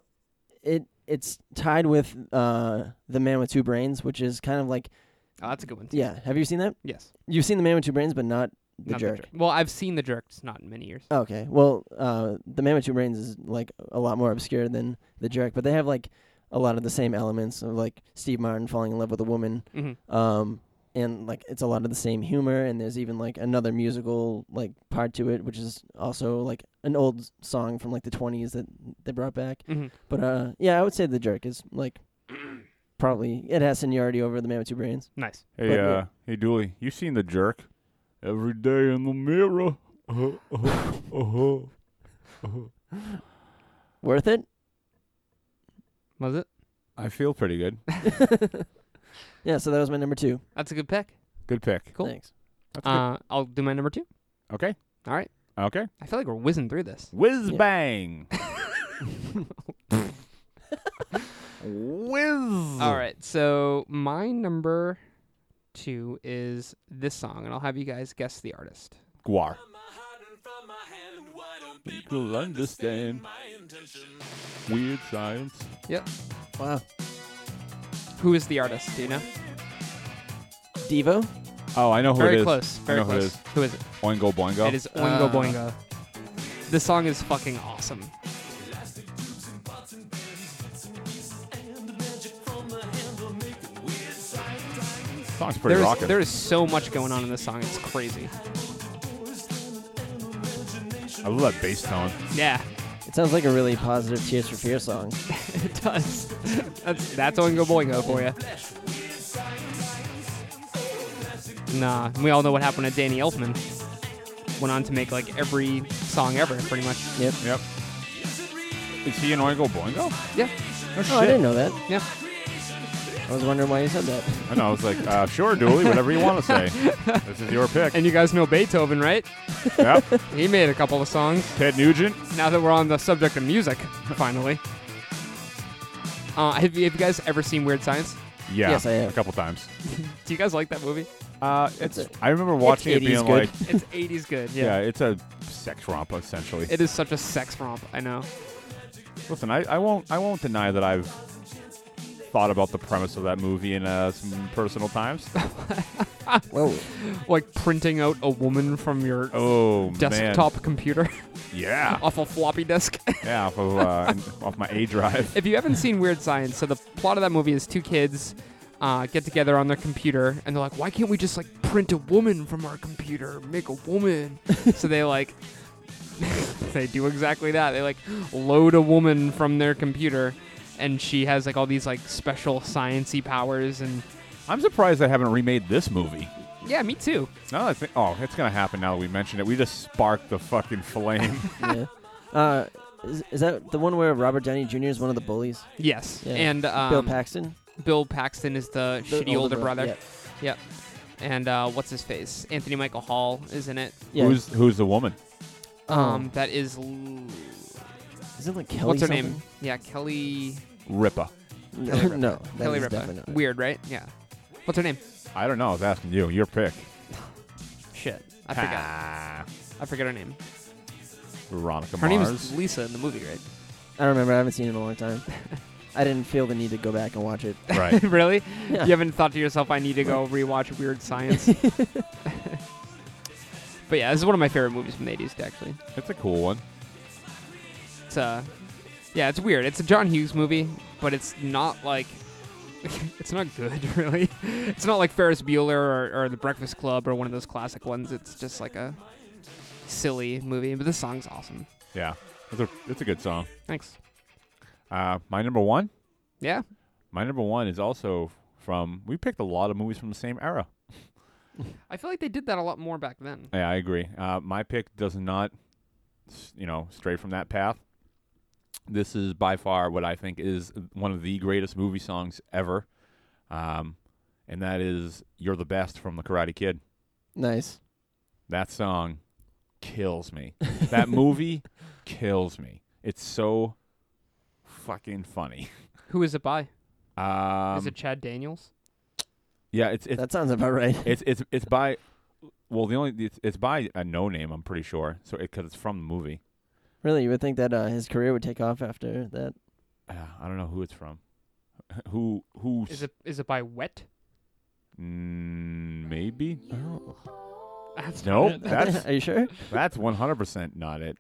[SPEAKER 2] it it's tied with uh The Man with Two Brains, which is kind of like
[SPEAKER 3] Oh, that's a good one. Too.
[SPEAKER 2] yeah. Have you seen that?
[SPEAKER 3] Yes.
[SPEAKER 2] You've seen The Man with Two Brains, but not The
[SPEAKER 3] Not
[SPEAKER 2] Jerk.
[SPEAKER 3] Well, I've seen The Jerk, just not in many years.
[SPEAKER 2] Okay. Well, uh, the Man with Two Brains is like a lot more obscure than the Jerk, but they have like a lot of the same elements of like Steve Martin falling in love with a woman,
[SPEAKER 3] hmm
[SPEAKER 2] um, and like it's a lot of the same humor. And there's even like another musical like part to it, which is also like an old s- song from like the 20s that they brought back.
[SPEAKER 3] hmm
[SPEAKER 2] But uh, yeah, I would say the Jerk is like probably it has seniority over the Man with Two Brains.
[SPEAKER 3] Nice.
[SPEAKER 1] Hey,
[SPEAKER 2] But-
[SPEAKER 1] uh, hey, Dooley, you seen the jerk? Every day in the mirror. Uh, uh,
[SPEAKER 2] Uh-huh.
[SPEAKER 1] uh, uh.
[SPEAKER 2] Worth it?
[SPEAKER 3] Was it?
[SPEAKER 1] I feel pretty good.
[SPEAKER 2] Yeah. So that was my number two.
[SPEAKER 3] That's a good pick.
[SPEAKER 1] Good pick.
[SPEAKER 3] Cool.
[SPEAKER 2] Thanks.
[SPEAKER 1] That's good.
[SPEAKER 3] Uh, I'll do my number two.
[SPEAKER 1] Okay.
[SPEAKER 3] All right.
[SPEAKER 1] Okay.
[SPEAKER 3] I feel like we're whizzing through this.
[SPEAKER 1] Whiz
[SPEAKER 2] Yeah.
[SPEAKER 1] bang. Whiz.
[SPEAKER 3] All right. So my number two is this song, and I'll have you guys guess the artist.
[SPEAKER 1] Guar.
[SPEAKER 6] People understand
[SPEAKER 1] Weird science.
[SPEAKER 3] Yep.
[SPEAKER 2] Wow.
[SPEAKER 3] Who is the artist? Do you know?
[SPEAKER 2] Devo.
[SPEAKER 1] Oh, I know who
[SPEAKER 3] Very
[SPEAKER 1] it is.
[SPEAKER 3] close. Very
[SPEAKER 1] know who it
[SPEAKER 3] close.
[SPEAKER 1] is. uh,
[SPEAKER 3] Who is it?
[SPEAKER 1] Oingo boingo.
[SPEAKER 3] It is Oingo
[SPEAKER 2] Ah.
[SPEAKER 3] Boingo. This song is fucking awesome.
[SPEAKER 1] Song's pretty
[SPEAKER 3] There is,
[SPEAKER 1] rockin'.
[SPEAKER 3] there is so much going on in this song. It's crazy.
[SPEAKER 1] I love that bass tone.
[SPEAKER 3] Yeah,
[SPEAKER 2] It sounds like a really positive Tears for Fear song.
[SPEAKER 3] it does. that's, that's Oingo Boingo for you. Nah, we all know what happened to Danny Elfman. Went on to make like every song ever, pretty much.
[SPEAKER 2] Yep.
[SPEAKER 1] Yep. Is he an Oingo boingo?
[SPEAKER 3] Yeah,
[SPEAKER 1] No
[SPEAKER 2] Oh, I didn't know that.
[SPEAKER 3] yeah.
[SPEAKER 2] I was wondering why you said that.
[SPEAKER 1] I know. I was like, uh, sure, Dooley, whatever you want to say. This is your pick.
[SPEAKER 3] And you guys know Beethoven, right?
[SPEAKER 1] yep.
[SPEAKER 3] He made a couple of songs.
[SPEAKER 1] Ted Nugent.
[SPEAKER 3] Now that we're on the subject of music, finally. Uh, have, you, have you guys ever seen Weird Science?
[SPEAKER 1] Yeah.
[SPEAKER 2] Yes, I have.
[SPEAKER 1] A couple times.
[SPEAKER 3] Do you guys like that movie?
[SPEAKER 1] Uh, it's. I remember watching it
[SPEAKER 2] 80s
[SPEAKER 1] being like,
[SPEAKER 2] good.
[SPEAKER 3] It's 80s good.
[SPEAKER 1] yeah. it's a sex romp essentially.
[SPEAKER 3] It is such a sex romp. I know.
[SPEAKER 1] Listen, I, I won't I won't deny that I've thought about the premise of that movie in uh, some personal times.
[SPEAKER 2] Whoa.
[SPEAKER 3] like printing out a woman from your
[SPEAKER 1] Oh
[SPEAKER 3] desktop computer
[SPEAKER 1] man, yeah,
[SPEAKER 3] off a floppy disk.
[SPEAKER 1] yeah, off of uh, off my A drive.
[SPEAKER 3] if you haven't seen Weird Science, so the plot of that movie is two kids uh, get together on their computer and they're like, why can't we just like print a woman from our computer, make a woman? so they like, they do exactly that. They like load a woman from their computer and she has like all these like special sciency powers and
[SPEAKER 1] I'm surprised they haven't remade this movie.
[SPEAKER 3] yeah, me too.
[SPEAKER 1] No, I think oh, it's gonna happen now that we mentioned it. We just sparked the fucking flame.
[SPEAKER 2] yeah. Uh, is, is that the one where Robert Downey Jr. is one of the bullies?
[SPEAKER 3] Yes.
[SPEAKER 2] Yeah.
[SPEAKER 3] And um,
[SPEAKER 2] Bill Paxton,
[SPEAKER 3] Bill Paxton is the,
[SPEAKER 2] The
[SPEAKER 3] shitty older, brother.
[SPEAKER 2] yeah.
[SPEAKER 3] Yep. And uh, what's his face? Anthony Michael Hall is in it.
[SPEAKER 2] Yeah.
[SPEAKER 1] Who's who's the woman?
[SPEAKER 2] Oh.
[SPEAKER 3] Um, that is. L-
[SPEAKER 2] is it like Kelly?
[SPEAKER 3] what's her
[SPEAKER 2] something?
[SPEAKER 3] name? Yeah, Kelly.
[SPEAKER 1] Rippa.
[SPEAKER 2] No,
[SPEAKER 3] Kelly Ripa.
[SPEAKER 2] no, that
[SPEAKER 3] Kelly
[SPEAKER 2] is
[SPEAKER 3] Ripa.
[SPEAKER 2] definitely not.
[SPEAKER 3] Weird, right? Yeah. What's her name?
[SPEAKER 1] I don't know. I was asking you. Your pick.
[SPEAKER 3] Shit, I forgot.
[SPEAKER 1] Ah,
[SPEAKER 3] I forget her name.
[SPEAKER 1] Veronica
[SPEAKER 3] Her name
[SPEAKER 1] Mars.
[SPEAKER 3] is Lisa in the movie, right?
[SPEAKER 2] I don't remember. I haven't seen it in a long time. I didn't feel the need to go back and watch it.
[SPEAKER 1] right.
[SPEAKER 3] really?
[SPEAKER 2] Yeah.
[SPEAKER 3] You haven't thought to yourself, I need to go rewatch Weird Science. but yeah, this is one of my favorite movies from the '80s, actually.
[SPEAKER 1] It's a cool one.
[SPEAKER 3] It's uh, yeah, it's weird. It's a John Hughes movie, but it's not like it's not good, really. It's not like Ferris Bueller or, or The Breakfast Club or one of those classic ones. It's just like a silly movie, but this song's awesome.
[SPEAKER 1] Yeah. It's a it's a good song.
[SPEAKER 3] Thanks.
[SPEAKER 1] Uh, my number one.
[SPEAKER 3] Yeah.
[SPEAKER 1] My number one is also from. We picked a lot of movies from the same era.
[SPEAKER 3] I feel like they did that a lot more back then.
[SPEAKER 1] Yeah, I agree. Uh, my pick does not, s- you know, stray from that path. This is by far what I think is one of the greatest movie songs ever, um, and that is "You're the Best" from The Karate Kid.
[SPEAKER 2] Nice.
[SPEAKER 1] That song kills me. That movie kills me. It's so fucking funny.
[SPEAKER 3] Who is it by?
[SPEAKER 1] Um,
[SPEAKER 3] is it Chad Daniels?
[SPEAKER 1] yeah, it's it's
[SPEAKER 2] That sounds about right.
[SPEAKER 1] it's it's it's by well the only it's, it's by a no name I'm pretty sure so because it's from the movie.
[SPEAKER 2] Really, you would think that uh, his career would take off after that.
[SPEAKER 1] Uh, I don't know who it's from. Who who
[SPEAKER 3] Is it is it by Wet?
[SPEAKER 1] Mm, maybe?
[SPEAKER 3] Oh, That's
[SPEAKER 1] No,
[SPEAKER 3] not it.
[SPEAKER 1] that's
[SPEAKER 2] Are you sure?
[SPEAKER 1] that's 100% not it.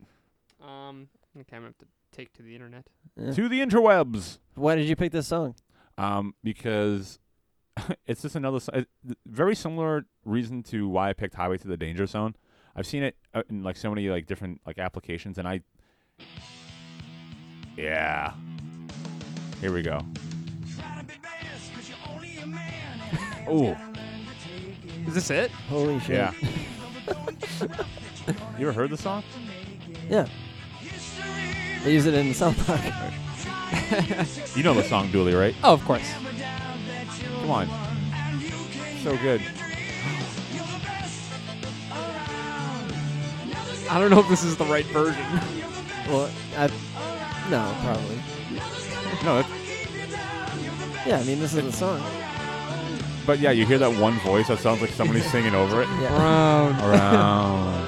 [SPEAKER 3] Um, okay, I'm gonna have to take to the internet.
[SPEAKER 2] Yeah.
[SPEAKER 1] To the interwebs.
[SPEAKER 2] Why did you pick this song?
[SPEAKER 1] Um because it's just another s- uh, th- very similar reason to why I picked Highway to the Danger Zone. I've seen it uh, in like so many like different like applications and I Yeah. Here we go. Oh,
[SPEAKER 3] Is this it?
[SPEAKER 2] Holy shit!
[SPEAKER 1] yeah. you ever heard the song?
[SPEAKER 2] Yeah. They use it in South Park.
[SPEAKER 1] You know the song Dooley, right?
[SPEAKER 3] Oh, of course.
[SPEAKER 1] Come on. So good.
[SPEAKER 3] I don't know if this is the right version.
[SPEAKER 2] Well, I, no, probably.
[SPEAKER 1] No, it,
[SPEAKER 2] Yeah, I mean this is the song.
[SPEAKER 1] but yeah, you hear that one voice that sounds like somebody's singing over it.
[SPEAKER 2] Yeah.
[SPEAKER 3] Brown.
[SPEAKER 1] Around.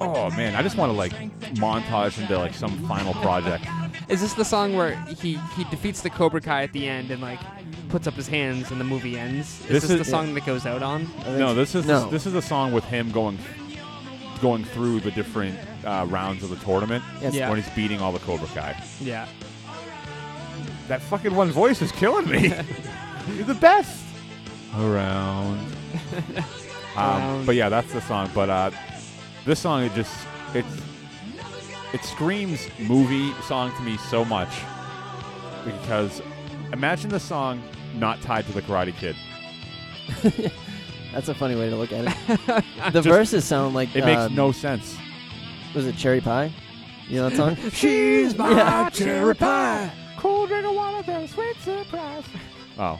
[SPEAKER 1] Oh man, I just want to like montage into like some final project.
[SPEAKER 3] Is this the song where he, he defeats the Cobra Kai at the end and like puts up his hands and the movie ends? Is
[SPEAKER 1] This
[SPEAKER 3] this,
[SPEAKER 1] is-
[SPEAKER 3] the song that goes out on?
[SPEAKER 2] I think
[SPEAKER 1] No,
[SPEAKER 2] so.
[SPEAKER 1] this is
[SPEAKER 2] no.
[SPEAKER 1] this is a song with him going going through the different uh, rounds of the tournament
[SPEAKER 2] Yes.
[SPEAKER 3] Yeah.
[SPEAKER 1] when he's beating all the Cobra Kai.
[SPEAKER 3] Yeah.
[SPEAKER 1] That fucking one voice is killing me. You're the best. Around. um,
[SPEAKER 3] Around.
[SPEAKER 1] But yeah, that's the song. But uh, this song, it just it's it screams movie song to me so much because imagine the song not tied to the Karate Kid.
[SPEAKER 2] That's a funny way to look at it. the verses sound like
[SPEAKER 1] It
[SPEAKER 2] um,
[SPEAKER 1] makes no sense.
[SPEAKER 2] Was it Cherry Pie? You know that song?
[SPEAKER 1] She's
[SPEAKER 2] my Yeah. cherry
[SPEAKER 1] pie. Cool drink of water, that sweet surprise. Oh,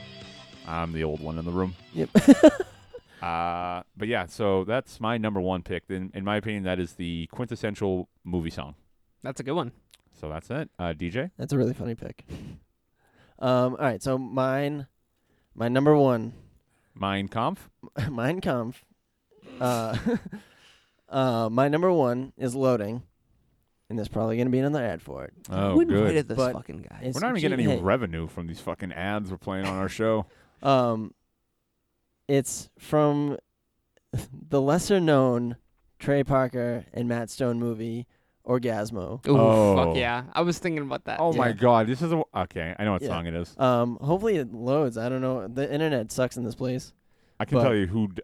[SPEAKER 1] I'm the old one in the room.
[SPEAKER 2] yep.
[SPEAKER 1] Uh, but yeah, so that's my number one pick. In, in my opinion, that is the quintessential movie song.
[SPEAKER 3] That's a good one.
[SPEAKER 1] So that's it. Uh, DJ,
[SPEAKER 2] That's a really funny pick. Um, all right, so mine, my number one,
[SPEAKER 1] Mein Kampf.
[SPEAKER 2] Mein Kampf. Uh, uh, my number one is Loading and there's probably going to be another ad for it.
[SPEAKER 1] Oh,
[SPEAKER 3] Wouldn't
[SPEAKER 1] good.
[SPEAKER 3] wait at this
[SPEAKER 2] But
[SPEAKER 3] fucking guy.
[SPEAKER 2] It's
[SPEAKER 1] We're not even getting
[SPEAKER 2] cheap-
[SPEAKER 1] any
[SPEAKER 2] hey,
[SPEAKER 1] revenue from these fucking ads we're playing on our show.
[SPEAKER 2] Um, it's from the lesser known Trey Parker and Matt Stone movie Orgasmo.
[SPEAKER 3] Ooh,
[SPEAKER 1] Oh.
[SPEAKER 3] fuck yeah. I was thinking about that.
[SPEAKER 1] oh my
[SPEAKER 2] Yeah.
[SPEAKER 1] god, this is a okay. I know what
[SPEAKER 2] Yeah.
[SPEAKER 1] song it is.
[SPEAKER 2] Um, hopefully it loads. I don't know. The internet sucks in this place.
[SPEAKER 1] I can
[SPEAKER 2] But-
[SPEAKER 1] tell you who. D-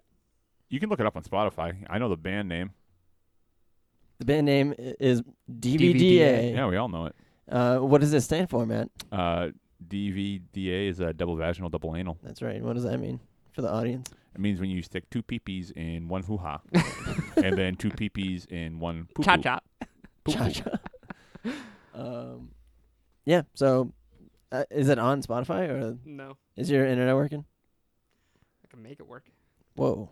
[SPEAKER 1] you can look it up on Spotify. I know the band name.
[SPEAKER 2] The band name i- is DVDA.
[SPEAKER 1] Yeah, we all know it.
[SPEAKER 2] Uh, what does this stand for, Matt?
[SPEAKER 1] Uh, DVDA is a double vaginal, double anal.
[SPEAKER 2] That's right. What does that mean for the audience?
[SPEAKER 1] It means when you stick two peepees in one hoo ha, and then two peepees in one poo
[SPEAKER 3] Cha cha.
[SPEAKER 2] Cha-cha. um, yeah. So, uh, is it on Spotify or
[SPEAKER 3] No.
[SPEAKER 2] is your internet working?
[SPEAKER 3] I can make it work.
[SPEAKER 2] Whoa.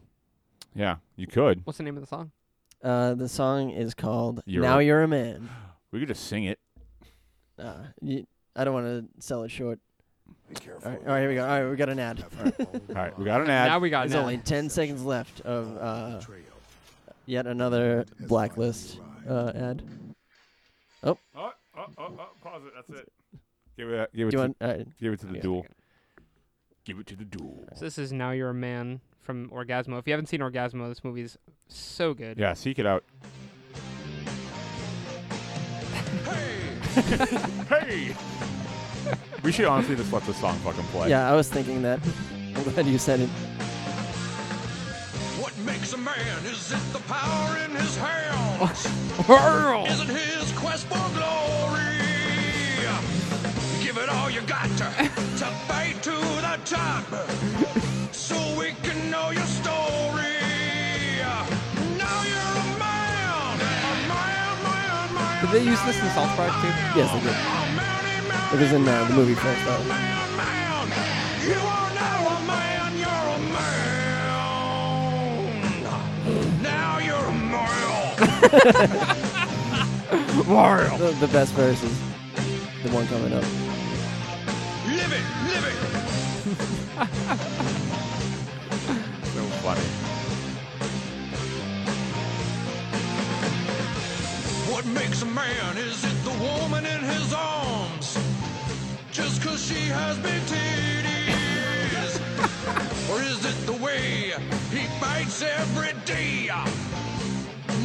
[SPEAKER 1] Yeah, you could.
[SPEAKER 3] What's the name of the song?
[SPEAKER 2] Uh, the song is called
[SPEAKER 1] You're
[SPEAKER 2] "Now
[SPEAKER 1] a-
[SPEAKER 2] You're a Man."
[SPEAKER 1] We could just sing it.
[SPEAKER 2] Uh, you, I don't want to sell it short.
[SPEAKER 7] Be careful.
[SPEAKER 2] All right, all right, here we go. All right, we got an ad.
[SPEAKER 1] All right, we got an ad.
[SPEAKER 3] now we got
[SPEAKER 2] There's
[SPEAKER 3] it.
[SPEAKER 2] only ten seconds left of uh, yet another blacklist uh, ad.
[SPEAKER 1] Oh, oh, oh, oh, pause it. That's it. Give it, give it, to,
[SPEAKER 2] Do you want? All right.
[SPEAKER 1] give it to the
[SPEAKER 2] yeah.
[SPEAKER 1] duel. Give it to the duel.
[SPEAKER 3] So this is Now You're a Man from Orgasmo. If you haven't seen Orgasmo, this movie is so good.
[SPEAKER 1] Yeah, seek it out. hey! hey! we should honestly just let the song fucking play.
[SPEAKER 2] Yeah, I was thinking that. I'm glad you said it.
[SPEAKER 4] What makes a man? Is it the power in his hands? Is it his quest for glory? Give it all you got to, to fight to the top so we can know your story. Now you're a man, a man, man, man.
[SPEAKER 3] Did they use this in South Park too?
[SPEAKER 2] Yes, I did.
[SPEAKER 4] a man, man,
[SPEAKER 2] It was in uh, the movie first, though.
[SPEAKER 4] man, man. You are now a man, you're a man. Now you're a man.
[SPEAKER 2] The, the best verse is the one coming up.
[SPEAKER 4] Live it, live it.
[SPEAKER 1] So funny.
[SPEAKER 4] What makes a man? Is it the woman in his arms? Just cause she has big titties? or is it the way he fights every day?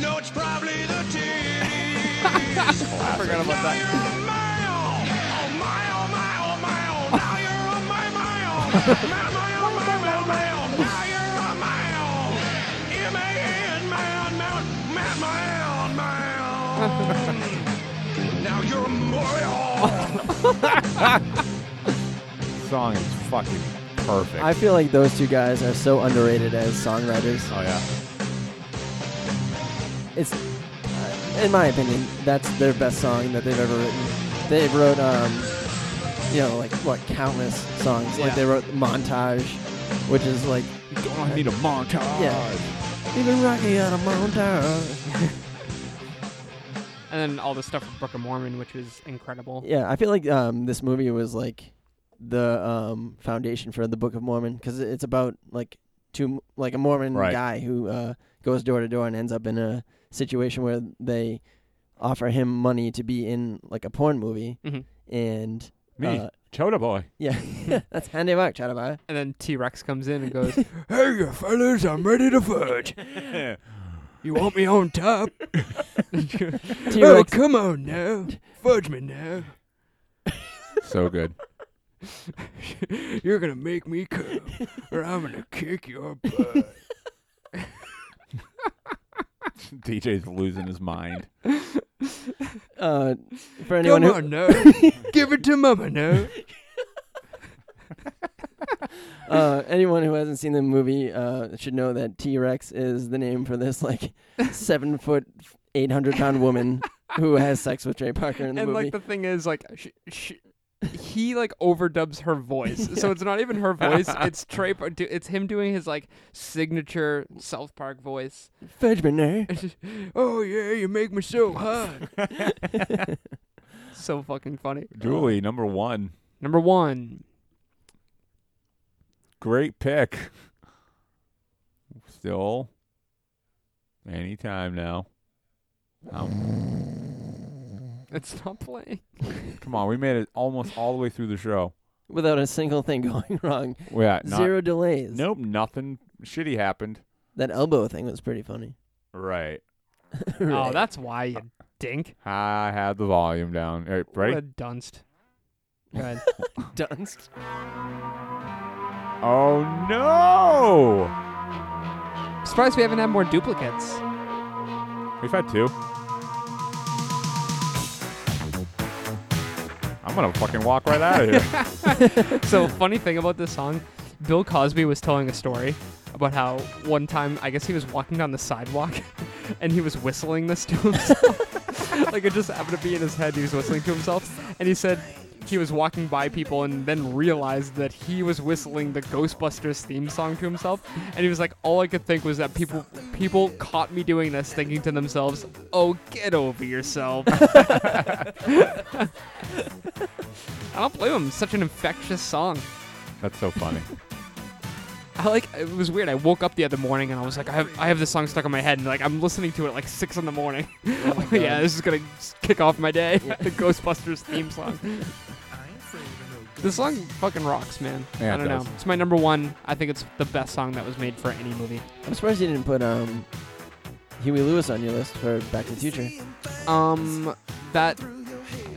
[SPEAKER 4] No, it's probably the titties. I forgot about that. You're a male. Oh my, oh my, oh my, oh. Now you're a my, my, oh. My, my, oh, my, my, my, oh. Now you're a male. M-A-N, man, man, man, man, man. Now you're a male.
[SPEAKER 1] song is fucking perfect.
[SPEAKER 2] I feel like those two guys are so underrated as songwriters.
[SPEAKER 1] oh, yeah.
[SPEAKER 2] It's, uh, in my opinion, that's their best song that they've ever written. They wrote, um, you know, like what countless songs. Like
[SPEAKER 3] Yeah.
[SPEAKER 2] they wrote "Montage," which is like
[SPEAKER 1] I need a montage.
[SPEAKER 2] Yeah. even Rocky on a montage.
[SPEAKER 3] And then all the stuff from Book of Mormon, which is incredible.
[SPEAKER 2] Yeah, I feel like um, this movie was like the um, foundation for the Book of Mormon because it's about like two like a Mormon
[SPEAKER 1] Right.
[SPEAKER 2] guy who uh, goes door to door and ends up in a situation where they offer him money to be in like a porn movie
[SPEAKER 3] Mhm.
[SPEAKER 2] and
[SPEAKER 1] Me,
[SPEAKER 2] uh,
[SPEAKER 1] Chota Boy.
[SPEAKER 2] yeah, that's handy work, Chatabai.
[SPEAKER 3] And then T Rex comes in and goes,
[SPEAKER 7] Hey, you fellas, I'm ready to fudge.
[SPEAKER 3] You want me on top?
[SPEAKER 2] T-Rex,
[SPEAKER 7] come on now. Fudge me now.
[SPEAKER 1] so good.
[SPEAKER 7] You're gonna make me come, or I'm gonna kick your butt.
[SPEAKER 1] DJ's losing his mind.
[SPEAKER 2] uh, for anyone who
[SPEAKER 7] now. Give it to mama now.
[SPEAKER 2] uh, anyone who hasn't seen the movie uh, should know that T Rex is the name for this like seven foot, eight hundred pound woman who has sex with Trey Parker in the
[SPEAKER 3] and
[SPEAKER 2] movie.
[SPEAKER 3] like the thing is, like, sh- sh- he like overdubs her voice, so it's not even her voice. It's Trey. Par- do- It's him doing his like signature South Park voice.
[SPEAKER 2] Fudge me now.
[SPEAKER 7] Oh yeah, you make me so hot.
[SPEAKER 3] So fucking funny.
[SPEAKER 1] Julie, number one.
[SPEAKER 3] Number one,
[SPEAKER 1] Great pick. Still, anytime now. Um,
[SPEAKER 3] It's not playing.
[SPEAKER 1] Come on, we made it almost all the way through the show.
[SPEAKER 2] without a single thing going wrong.
[SPEAKER 1] We're at not-
[SPEAKER 2] Zero delays.
[SPEAKER 1] Nope, nothing shitty happened.
[SPEAKER 2] That elbow thing was pretty funny.
[SPEAKER 1] Right.
[SPEAKER 3] Oh,
[SPEAKER 2] Right.
[SPEAKER 3] that's why you dink.
[SPEAKER 1] I had the volume down. All right, ready?
[SPEAKER 3] What a dunst. Go ahead.
[SPEAKER 2] Dunst.
[SPEAKER 1] Oh no!
[SPEAKER 3] Surprised we haven't had more duplicates.
[SPEAKER 1] We've had two. I'm gonna fucking walk right out of here.
[SPEAKER 3] So funny thing about this song, Bill Cosby was telling a story about how one time I guess he was walking down the sidewalk and he was whistling this to himself. like it just happened to be in his head he was whistling to himself and he said he was walking by people and then realized that he was whistling the Ghostbusters theme song to himself and he was like all I could think was that people people caught me doing this thinking to themselves, "Oh, get over yourself." I don't blame him. Such an infectious song.
[SPEAKER 1] That's so funny.
[SPEAKER 3] I like it was weird. I woke up the other morning and I was like, I have I have this song stuck in my head, and like I'm listening to it at like six in the morning. Oh, yeah, this is gonna s- kick off my day. the Ghostbusters theme song. This song fucking rocks, man.
[SPEAKER 1] Yeah,
[SPEAKER 3] I
[SPEAKER 1] it
[SPEAKER 3] don't
[SPEAKER 1] does.
[SPEAKER 3] know. It's my number one. I think it's the best song that was made for any movie.
[SPEAKER 2] I'm surprised you didn't put um, Huey Lewis on your list for Back to the Future.
[SPEAKER 3] Um, that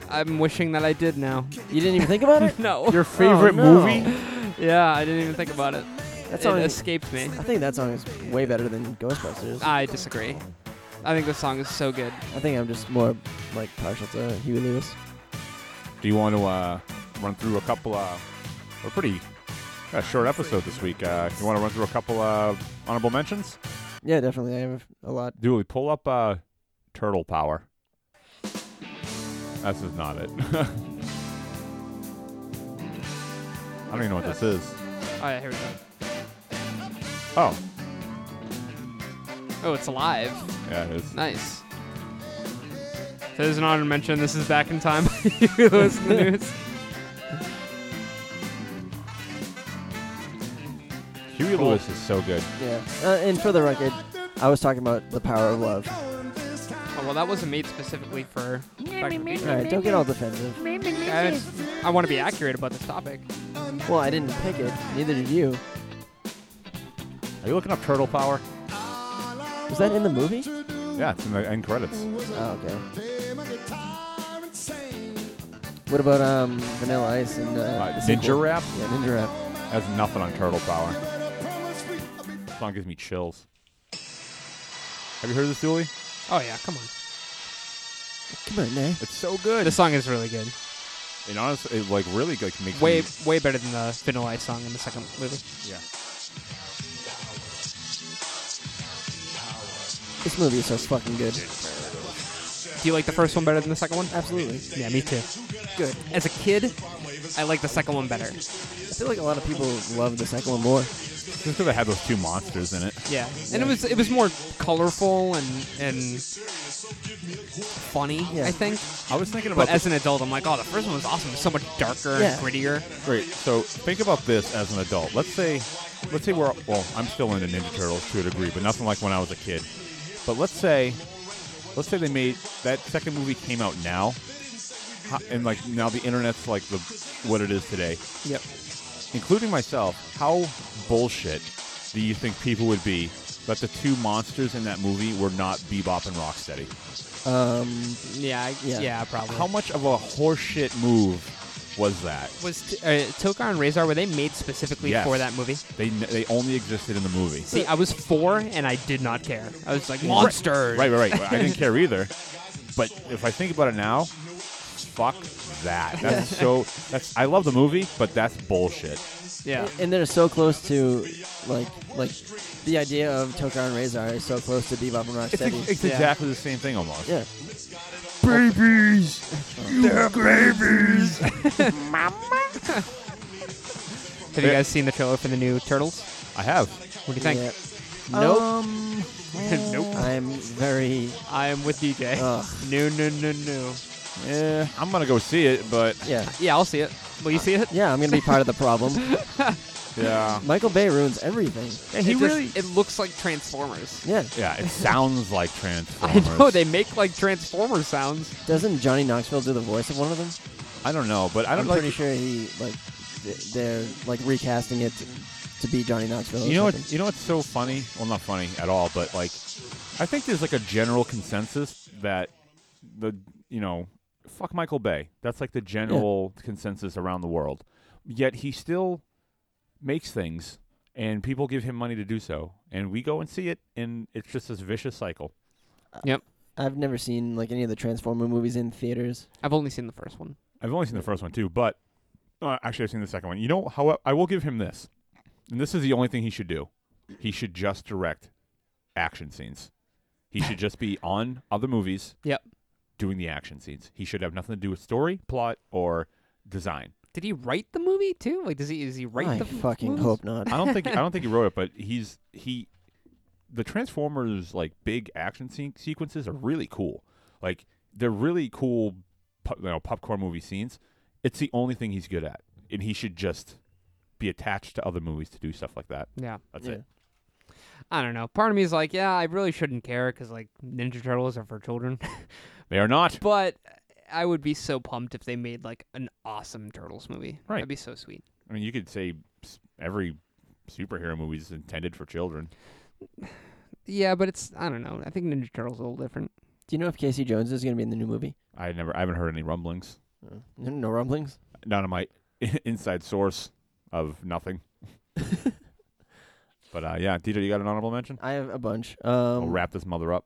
[SPEAKER 3] I'm wishing that I did now.
[SPEAKER 2] You didn't even think about it.
[SPEAKER 3] No.
[SPEAKER 1] Your favorite
[SPEAKER 2] no.
[SPEAKER 1] movie?
[SPEAKER 3] yeah, I didn't even think about it.
[SPEAKER 2] That
[SPEAKER 3] it
[SPEAKER 2] song is-
[SPEAKER 3] escaped me.
[SPEAKER 2] I think that song is way better than Ghostbusters.
[SPEAKER 3] I disagree. I think this song is so good.
[SPEAKER 2] I think I'm just more like partial to Huey Lewis.
[SPEAKER 1] Do you want to uh, run through a couple of? We're pretty got a short episode this week. Uh, you want to run through a couple of honorable mentions?
[SPEAKER 2] Yeah, definitely. I have a lot.
[SPEAKER 1] Dooley, pull up uh, Turtle Power. This is not it. I don't even know what this is.
[SPEAKER 3] All right, here we go.
[SPEAKER 1] Oh,
[SPEAKER 3] Oh, it's live.
[SPEAKER 1] yeah, it is.
[SPEAKER 3] Nice. So there's an honor to mention this is back in time. you listen to the news.
[SPEAKER 1] Huey Lewis is so good.
[SPEAKER 2] Yeah. Uh, and for the record, I was talking about the power of love.
[SPEAKER 3] Oh, well, that wasn't made specifically for. Back to the
[SPEAKER 2] All
[SPEAKER 3] Future.
[SPEAKER 2] right, don't get all defensive.
[SPEAKER 3] I, I want to be accurate about this topic.
[SPEAKER 2] Well, I didn't pick it. Neither did you.
[SPEAKER 1] Are you looking up Turtle Power?
[SPEAKER 2] Was that in the movie?
[SPEAKER 1] Yeah, it's in the end credits.
[SPEAKER 2] Oh, okay. What about um, Vanilla Ice and uh,
[SPEAKER 1] Uh,
[SPEAKER 2] the
[SPEAKER 1] Ninja
[SPEAKER 2] sequel?
[SPEAKER 1] Rap
[SPEAKER 2] Yeah, Ninja Rap.
[SPEAKER 1] has nothing on Turtle Power. song gives me chills. Have you heard this, Dooley?
[SPEAKER 3] Oh yeah, come on.
[SPEAKER 2] Come on, man.
[SPEAKER 1] It's so good.
[SPEAKER 3] This song is really good.
[SPEAKER 1] And honestly, it like really like makes
[SPEAKER 3] Way
[SPEAKER 1] me
[SPEAKER 3] way better than the Vanilla Ice song in the second movie.
[SPEAKER 1] yeah.
[SPEAKER 2] This movie is so fucking good.
[SPEAKER 3] Do you like the first one better than the second one?
[SPEAKER 2] Absolutely.
[SPEAKER 3] Yeah, me too. Good. As a kid, I like the second one better.
[SPEAKER 2] I feel like a lot of people love the second one more.
[SPEAKER 1] Just because it had those two monsters in it.
[SPEAKER 3] Yeah, and it was it was more colorful and and funny.
[SPEAKER 2] Yeah.
[SPEAKER 3] I think.
[SPEAKER 1] I was thinking about
[SPEAKER 3] But
[SPEAKER 1] this.
[SPEAKER 3] as an adult, I'm like, oh, the first one was awesome. It's so much darker
[SPEAKER 2] Yeah.
[SPEAKER 3] and grittier.
[SPEAKER 1] Great. So think about this as an adult. Let's say, let's say we're well. I'm still into Ninja Turtles to a degree, but nothing like when I was a kid. But let's say, let's say they made that second movie came out now, Ho- and like now the internet's like the what it is today,
[SPEAKER 3] Yep.
[SPEAKER 1] including myself. How bullshit do you think people would be that the two monsters in that movie were not Bebop and Rocksteady?
[SPEAKER 2] Um,
[SPEAKER 3] Yeah, I-
[SPEAKER 2] Yeah.
[SPEAKER 3] yeah, probably.
[SPEAKER 1] How much of a horseshit move was that?
[SPEAKER 3] was t- uh, Tokar and Razor were they made specifically
[SPEAKER 1] Yes.
[SPEAKER 3] for that movie?
[SPEAKER 1] They n- they only existed in the movie.
[SPEAKER 3] See, I was four and I did not care. I was like, monsters.
[SPEAKER 1] Right, right, right. I didn't care either. But if I think about it now, fuck that. That's so. That's. I love the movie, but that's bullshit.
[SPEAKER 3] Yeah.
[SPEAKER 2] and they're so close to, like, like the idea of Tokar and Razor is so close to Bebop and
[SPEAKER 1] It's,
[SPEAKER 2] Rocksteady.
[SPEAKER 1] ex- it's
[SPEAKER 3] Yeah.
[SPEAKER 1] exactly the same thing almost.
[SPEAKER 2] yeah.
[SPEAKER 1] Babies, they're babies.
[SPEAKER 3] Have you guys seen the trailer for the new Turtles?
[SPEAKER 1] I have.
[SPEAKER 3] What do you think?
[SPEAKER 2] Yeah. Nope.
[SPEAKER 1] Um,
[SPEAKER 3] nope.
[SPEAKER 2] I'm very.
[SPEAKER 3] I am with DJ.
[SPEAKER 2] Ugh.
[SPEAKER 3] No, no, no, no.
[SPEAKER 1] yeah, I'm gonna go see it, but
[SPEAKER 2] Yeah.
[SPEAKER 3] Yeah, I'll see it. Will you see it?
[SPEAKER 2] Yeah, I'm gonna be part of the problem.
[SPEAKER 1] Yeah.
[SPEAKER 2] Michael Bay ruins everything.
[SPEAKER 3] And
[SPEAKER 1] he
[SPEAKER 3] it just-
[SPEAKER 1] really-
[SPEAKER 3] it looks like Transformers.
[SPEAKER 2] Yeah.
[SPEAKER 1] Yeah, it sounds like
[SPEAKER 3] I
[SPEAKER 1] Transformers.
[SPEAKER 3] know they make like Transformer sounds.
[SPEAKER 2] Doesn't Johnny Knoxville do the voice of one of them?
[SPEAKER 1] I don't know, but I don't
[SPEAKER 2] am
[SPEAKER 1] like
[SPEAKER 2] pretty sure he like th- they're like recasting it to, to be Johnny Knoxville. or
[SPEAKER 1] You know what?
[SPEAKER 2] something.
[SPEAKER 1] You know what's so funny? Well, not funny at all, but like, I think there's like a general consensus that the you know, fuck Michael Bay. That's like the general consensus around the world. Yet he still makes things, and people give him money to do so, and we go and see it, and it's just this vicious cycle.
[SPEAKER 2] I've never seen like any of the Transformer movies in theaters.
[SPEAKER 3] I've only seen the first one.
[SPEAKER 1] I've only seen the first one too, but uh, actually I've seen the second one. You know how I will give him this, and this is the only thing he should do. He should just direct action scenes. He should just be on other movies.
[SPEAKER 3] Yep.
[SPEAKER 1] Doing the action scenes. He should have nothing to do with story, plot, or design.
[SPEAKER 3] Did he write the movie too? Like, does he is he write
[SPEAKER 2] I
[SPEAKER 3] the
[SPEAKER 2] fucking
[SPEAKER 3] movies?
[SPEAKER 2] hope not.
[SPEAKER 1] I don't think I don't think he wrote it, but he's he the Transformers like big action scene sequences are really cool. Like they're really cool pu- you know, popcorn movie scenes. It's the only thing he's good at, and he should just be attached to other movies to do stuff like that.
[SPEAKER 3] Yeah,
[SPEAKER 1] That's
[SPEAKER 2] Yeah.
[SPEAKER 1] it.
[SPEAKER 3] I don't know. Part of me is like, yeah, I really shouldn't care because like Ninja Turtles are for children.
[SPEAKER 1] They are not.
[SPEAKER 3] but I would be so pumped if they made like an awesome Turtles movie.
[SPEAKER 1] Right.
[SPEAKER 3] that'd be so sweet.
[SPEAKER 1] I mean, you could say s- every superhero movie is intended for children.
[SPEAKER 3] Yeah, but it's I don't know. I think Ninja Turtles are a little different.
[SPEAKER 2] Do you know if Casey Jones is going to be in the new movie?
[SPEAKER 1] I never, I haven't heard any rumblings.
[SPEAKER 2] Uh, no, no rumblings.
[SPEAKER 1] None of my inside source of nothing. but uh, yeah, Dieter, you got an honorable mention?
[SPEAKER 2] I have a bunch. Um,
[SPEAKER 1] I'll wrap this mother up.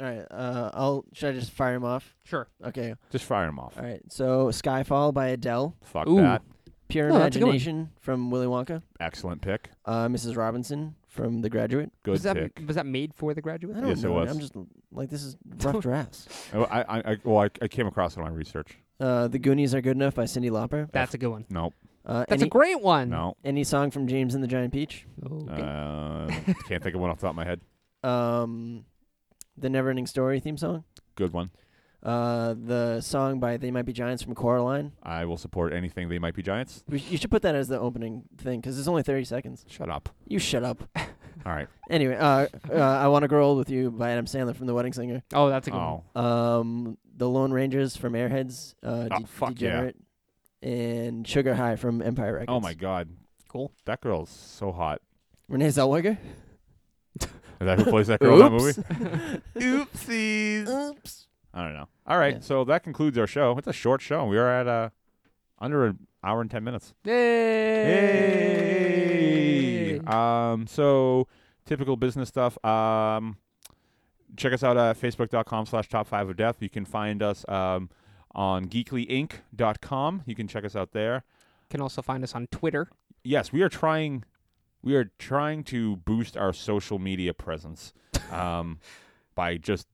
[SPEAKER 2] All right. Uh, I'll should I just fire him off?
[SPEAKER 3] Sure.
[SPEAKER 2] Okay.
[SPEAKER 1] Just fire him off.
[SPEAKER 2] All right. So Skyfall by Adele,
[SPEAKER 1] Fuck
[SPEAKER 3] uh, Ooh.
[SPEAKER 1] that.
[SPEAKER 2] Pure
[SPEAKER 3] Oh, that's a good one.
[SPEAKER 2] Imagination from Willy Wonka,
[SPEAKER 1] Excellent pick.
[SPEAKER 2] uh, Mrs. Robinson from The Graduate.
[SPEAKER 1] Good
[SPEAKER 3] was that
[SPEAKER 1] pick.
[SPEAKER 3] was that made for the
[SPEAKER 2] I
[SPEAKER 3] graduate?
[SPEAKER 2] don't
[SPEAKER 1] Yes, it
[SPEAKER 2] know.
[SPEAKER 1] was.
[SPEAKER 2] I'm just like this is rough drafts.
[SPEAKER 1] Oh, I, I, I, well, I, I came across it on my research.
[SPEAKER 2] Uh, the Goonies are good enough by Cindy Lauper.
[SPEAKER 3] That's a good one.
[SPEAKER 1] Nope.
[SPEAKER 2] Uh,
[SPEAKER 3] That's
[SPEAKER 2] any,
[SPEAKER 3] a great one.
[SPEAKER 1] No.
[SPEAKER 2] any song from James and the Giant Peach.
[SPEAKER 3] Okay.
[SPEAKER 1] Uh, can't think of one off the top of my head.
[SPEAKER 2] Um, the Neverending Story theme song.
[SPEAKER 1] Good one.
[SPEAKER 2] Uh, the song by They Might Be Giants from Coraline.
[SPEAKER 1] I will support anything. They might be giants.
[SPEAKER 2] We, you should put that as the opening thing because it's only 30 seconds.
[SPEAKER 1] Shut up.
[SPEAKER 2] You shut up.
[SPEAKER 1] All right.
[SPEAKER 2] Anyway, uh, uh, I Want to Grow Old with You by Adam Sandler from The Wedding Singer.
[SPEAKER 3] oh, that's a good one.
[SPEAKER 1] Oh,
[SPEAKER 2] Um, the Lone Rangers from Airheads. Uh,
[SPEAKER 1] Oh,
[SPEAKER 2] De-
[SPEAKER 1] fuck yeah.
[SPEAKER 2] Degenerate. And Sugar High from Empire Records.
[SPEAKER 1] oh my God.
[SPEAKER 3] Cool.
[SPEAKER 1] That girl's so hot.
[SPEAKER 2] Renee Zellweger.
[SPEAKER 1] Is that who plays that girl in that movie?
[SPEAKER 2] Oops.
[SPEAKER 1] Oopsies.
[SPEAKER 2] Oops.
[SPEAKER 1] I don't know. All right.
[SPEAKER 2] Yeah.
[SPEAKER 1] So that concludes our show. It's a short show. We are at uh, under an hour and 10 minutes. Hey.
[SPEAKER 3] Yay!
[SPEAKER 1] Um, so typical business stuff. Um, check us out at facebook.com slash top five of death. You can find us um, on geeklyinc.com. You can check us out there.
[SPEAKER 3] Can also find us on Twitter.
[SPEAKER 1] Yes, we are trying we are trying to boost our social media presence um, by just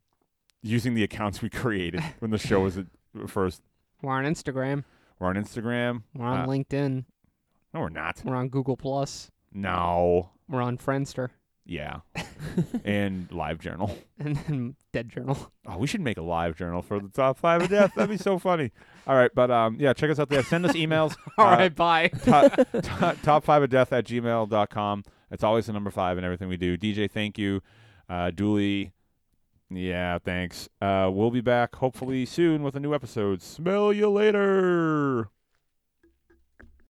[SPEAKER 1] using the accounts we created when the show was at first.
[SPEAKER 3] We're on Instagram.
[SPEAKER 1] We're on Instagram.
[SPEAKER 3] We're on
[SPEAKER 1] Uh,
[SPEAKER 3] LinkedIn.
[SPEAKER 1] No, we're not.
[SPEAKER 3] We're on Google Plus.
[SPEAKER 1] No.
[SPEAKER 3] We're on Friendster
[SPEAKER 1] Yeah. and live journal.
[SPEAKER 3] and then Dead Journal.
[SPEAKER 1] Oh, we should make a live journal for the top five of death. That'd be so funny. All right, but um, yeah, check us out there. Send us emails.
[SPEAKER 3] All
[SPEAKER 1] uh,
[SPEAKER 3] right, bye.
[SPEAKER 1] top, top, top five of death at gmail.com. It's always the number five in everything we do. DJ, thank you. Uh, Dooley, yeah, thanks. Uh, we'll be back hopefully soon with a new episode. Smell you later.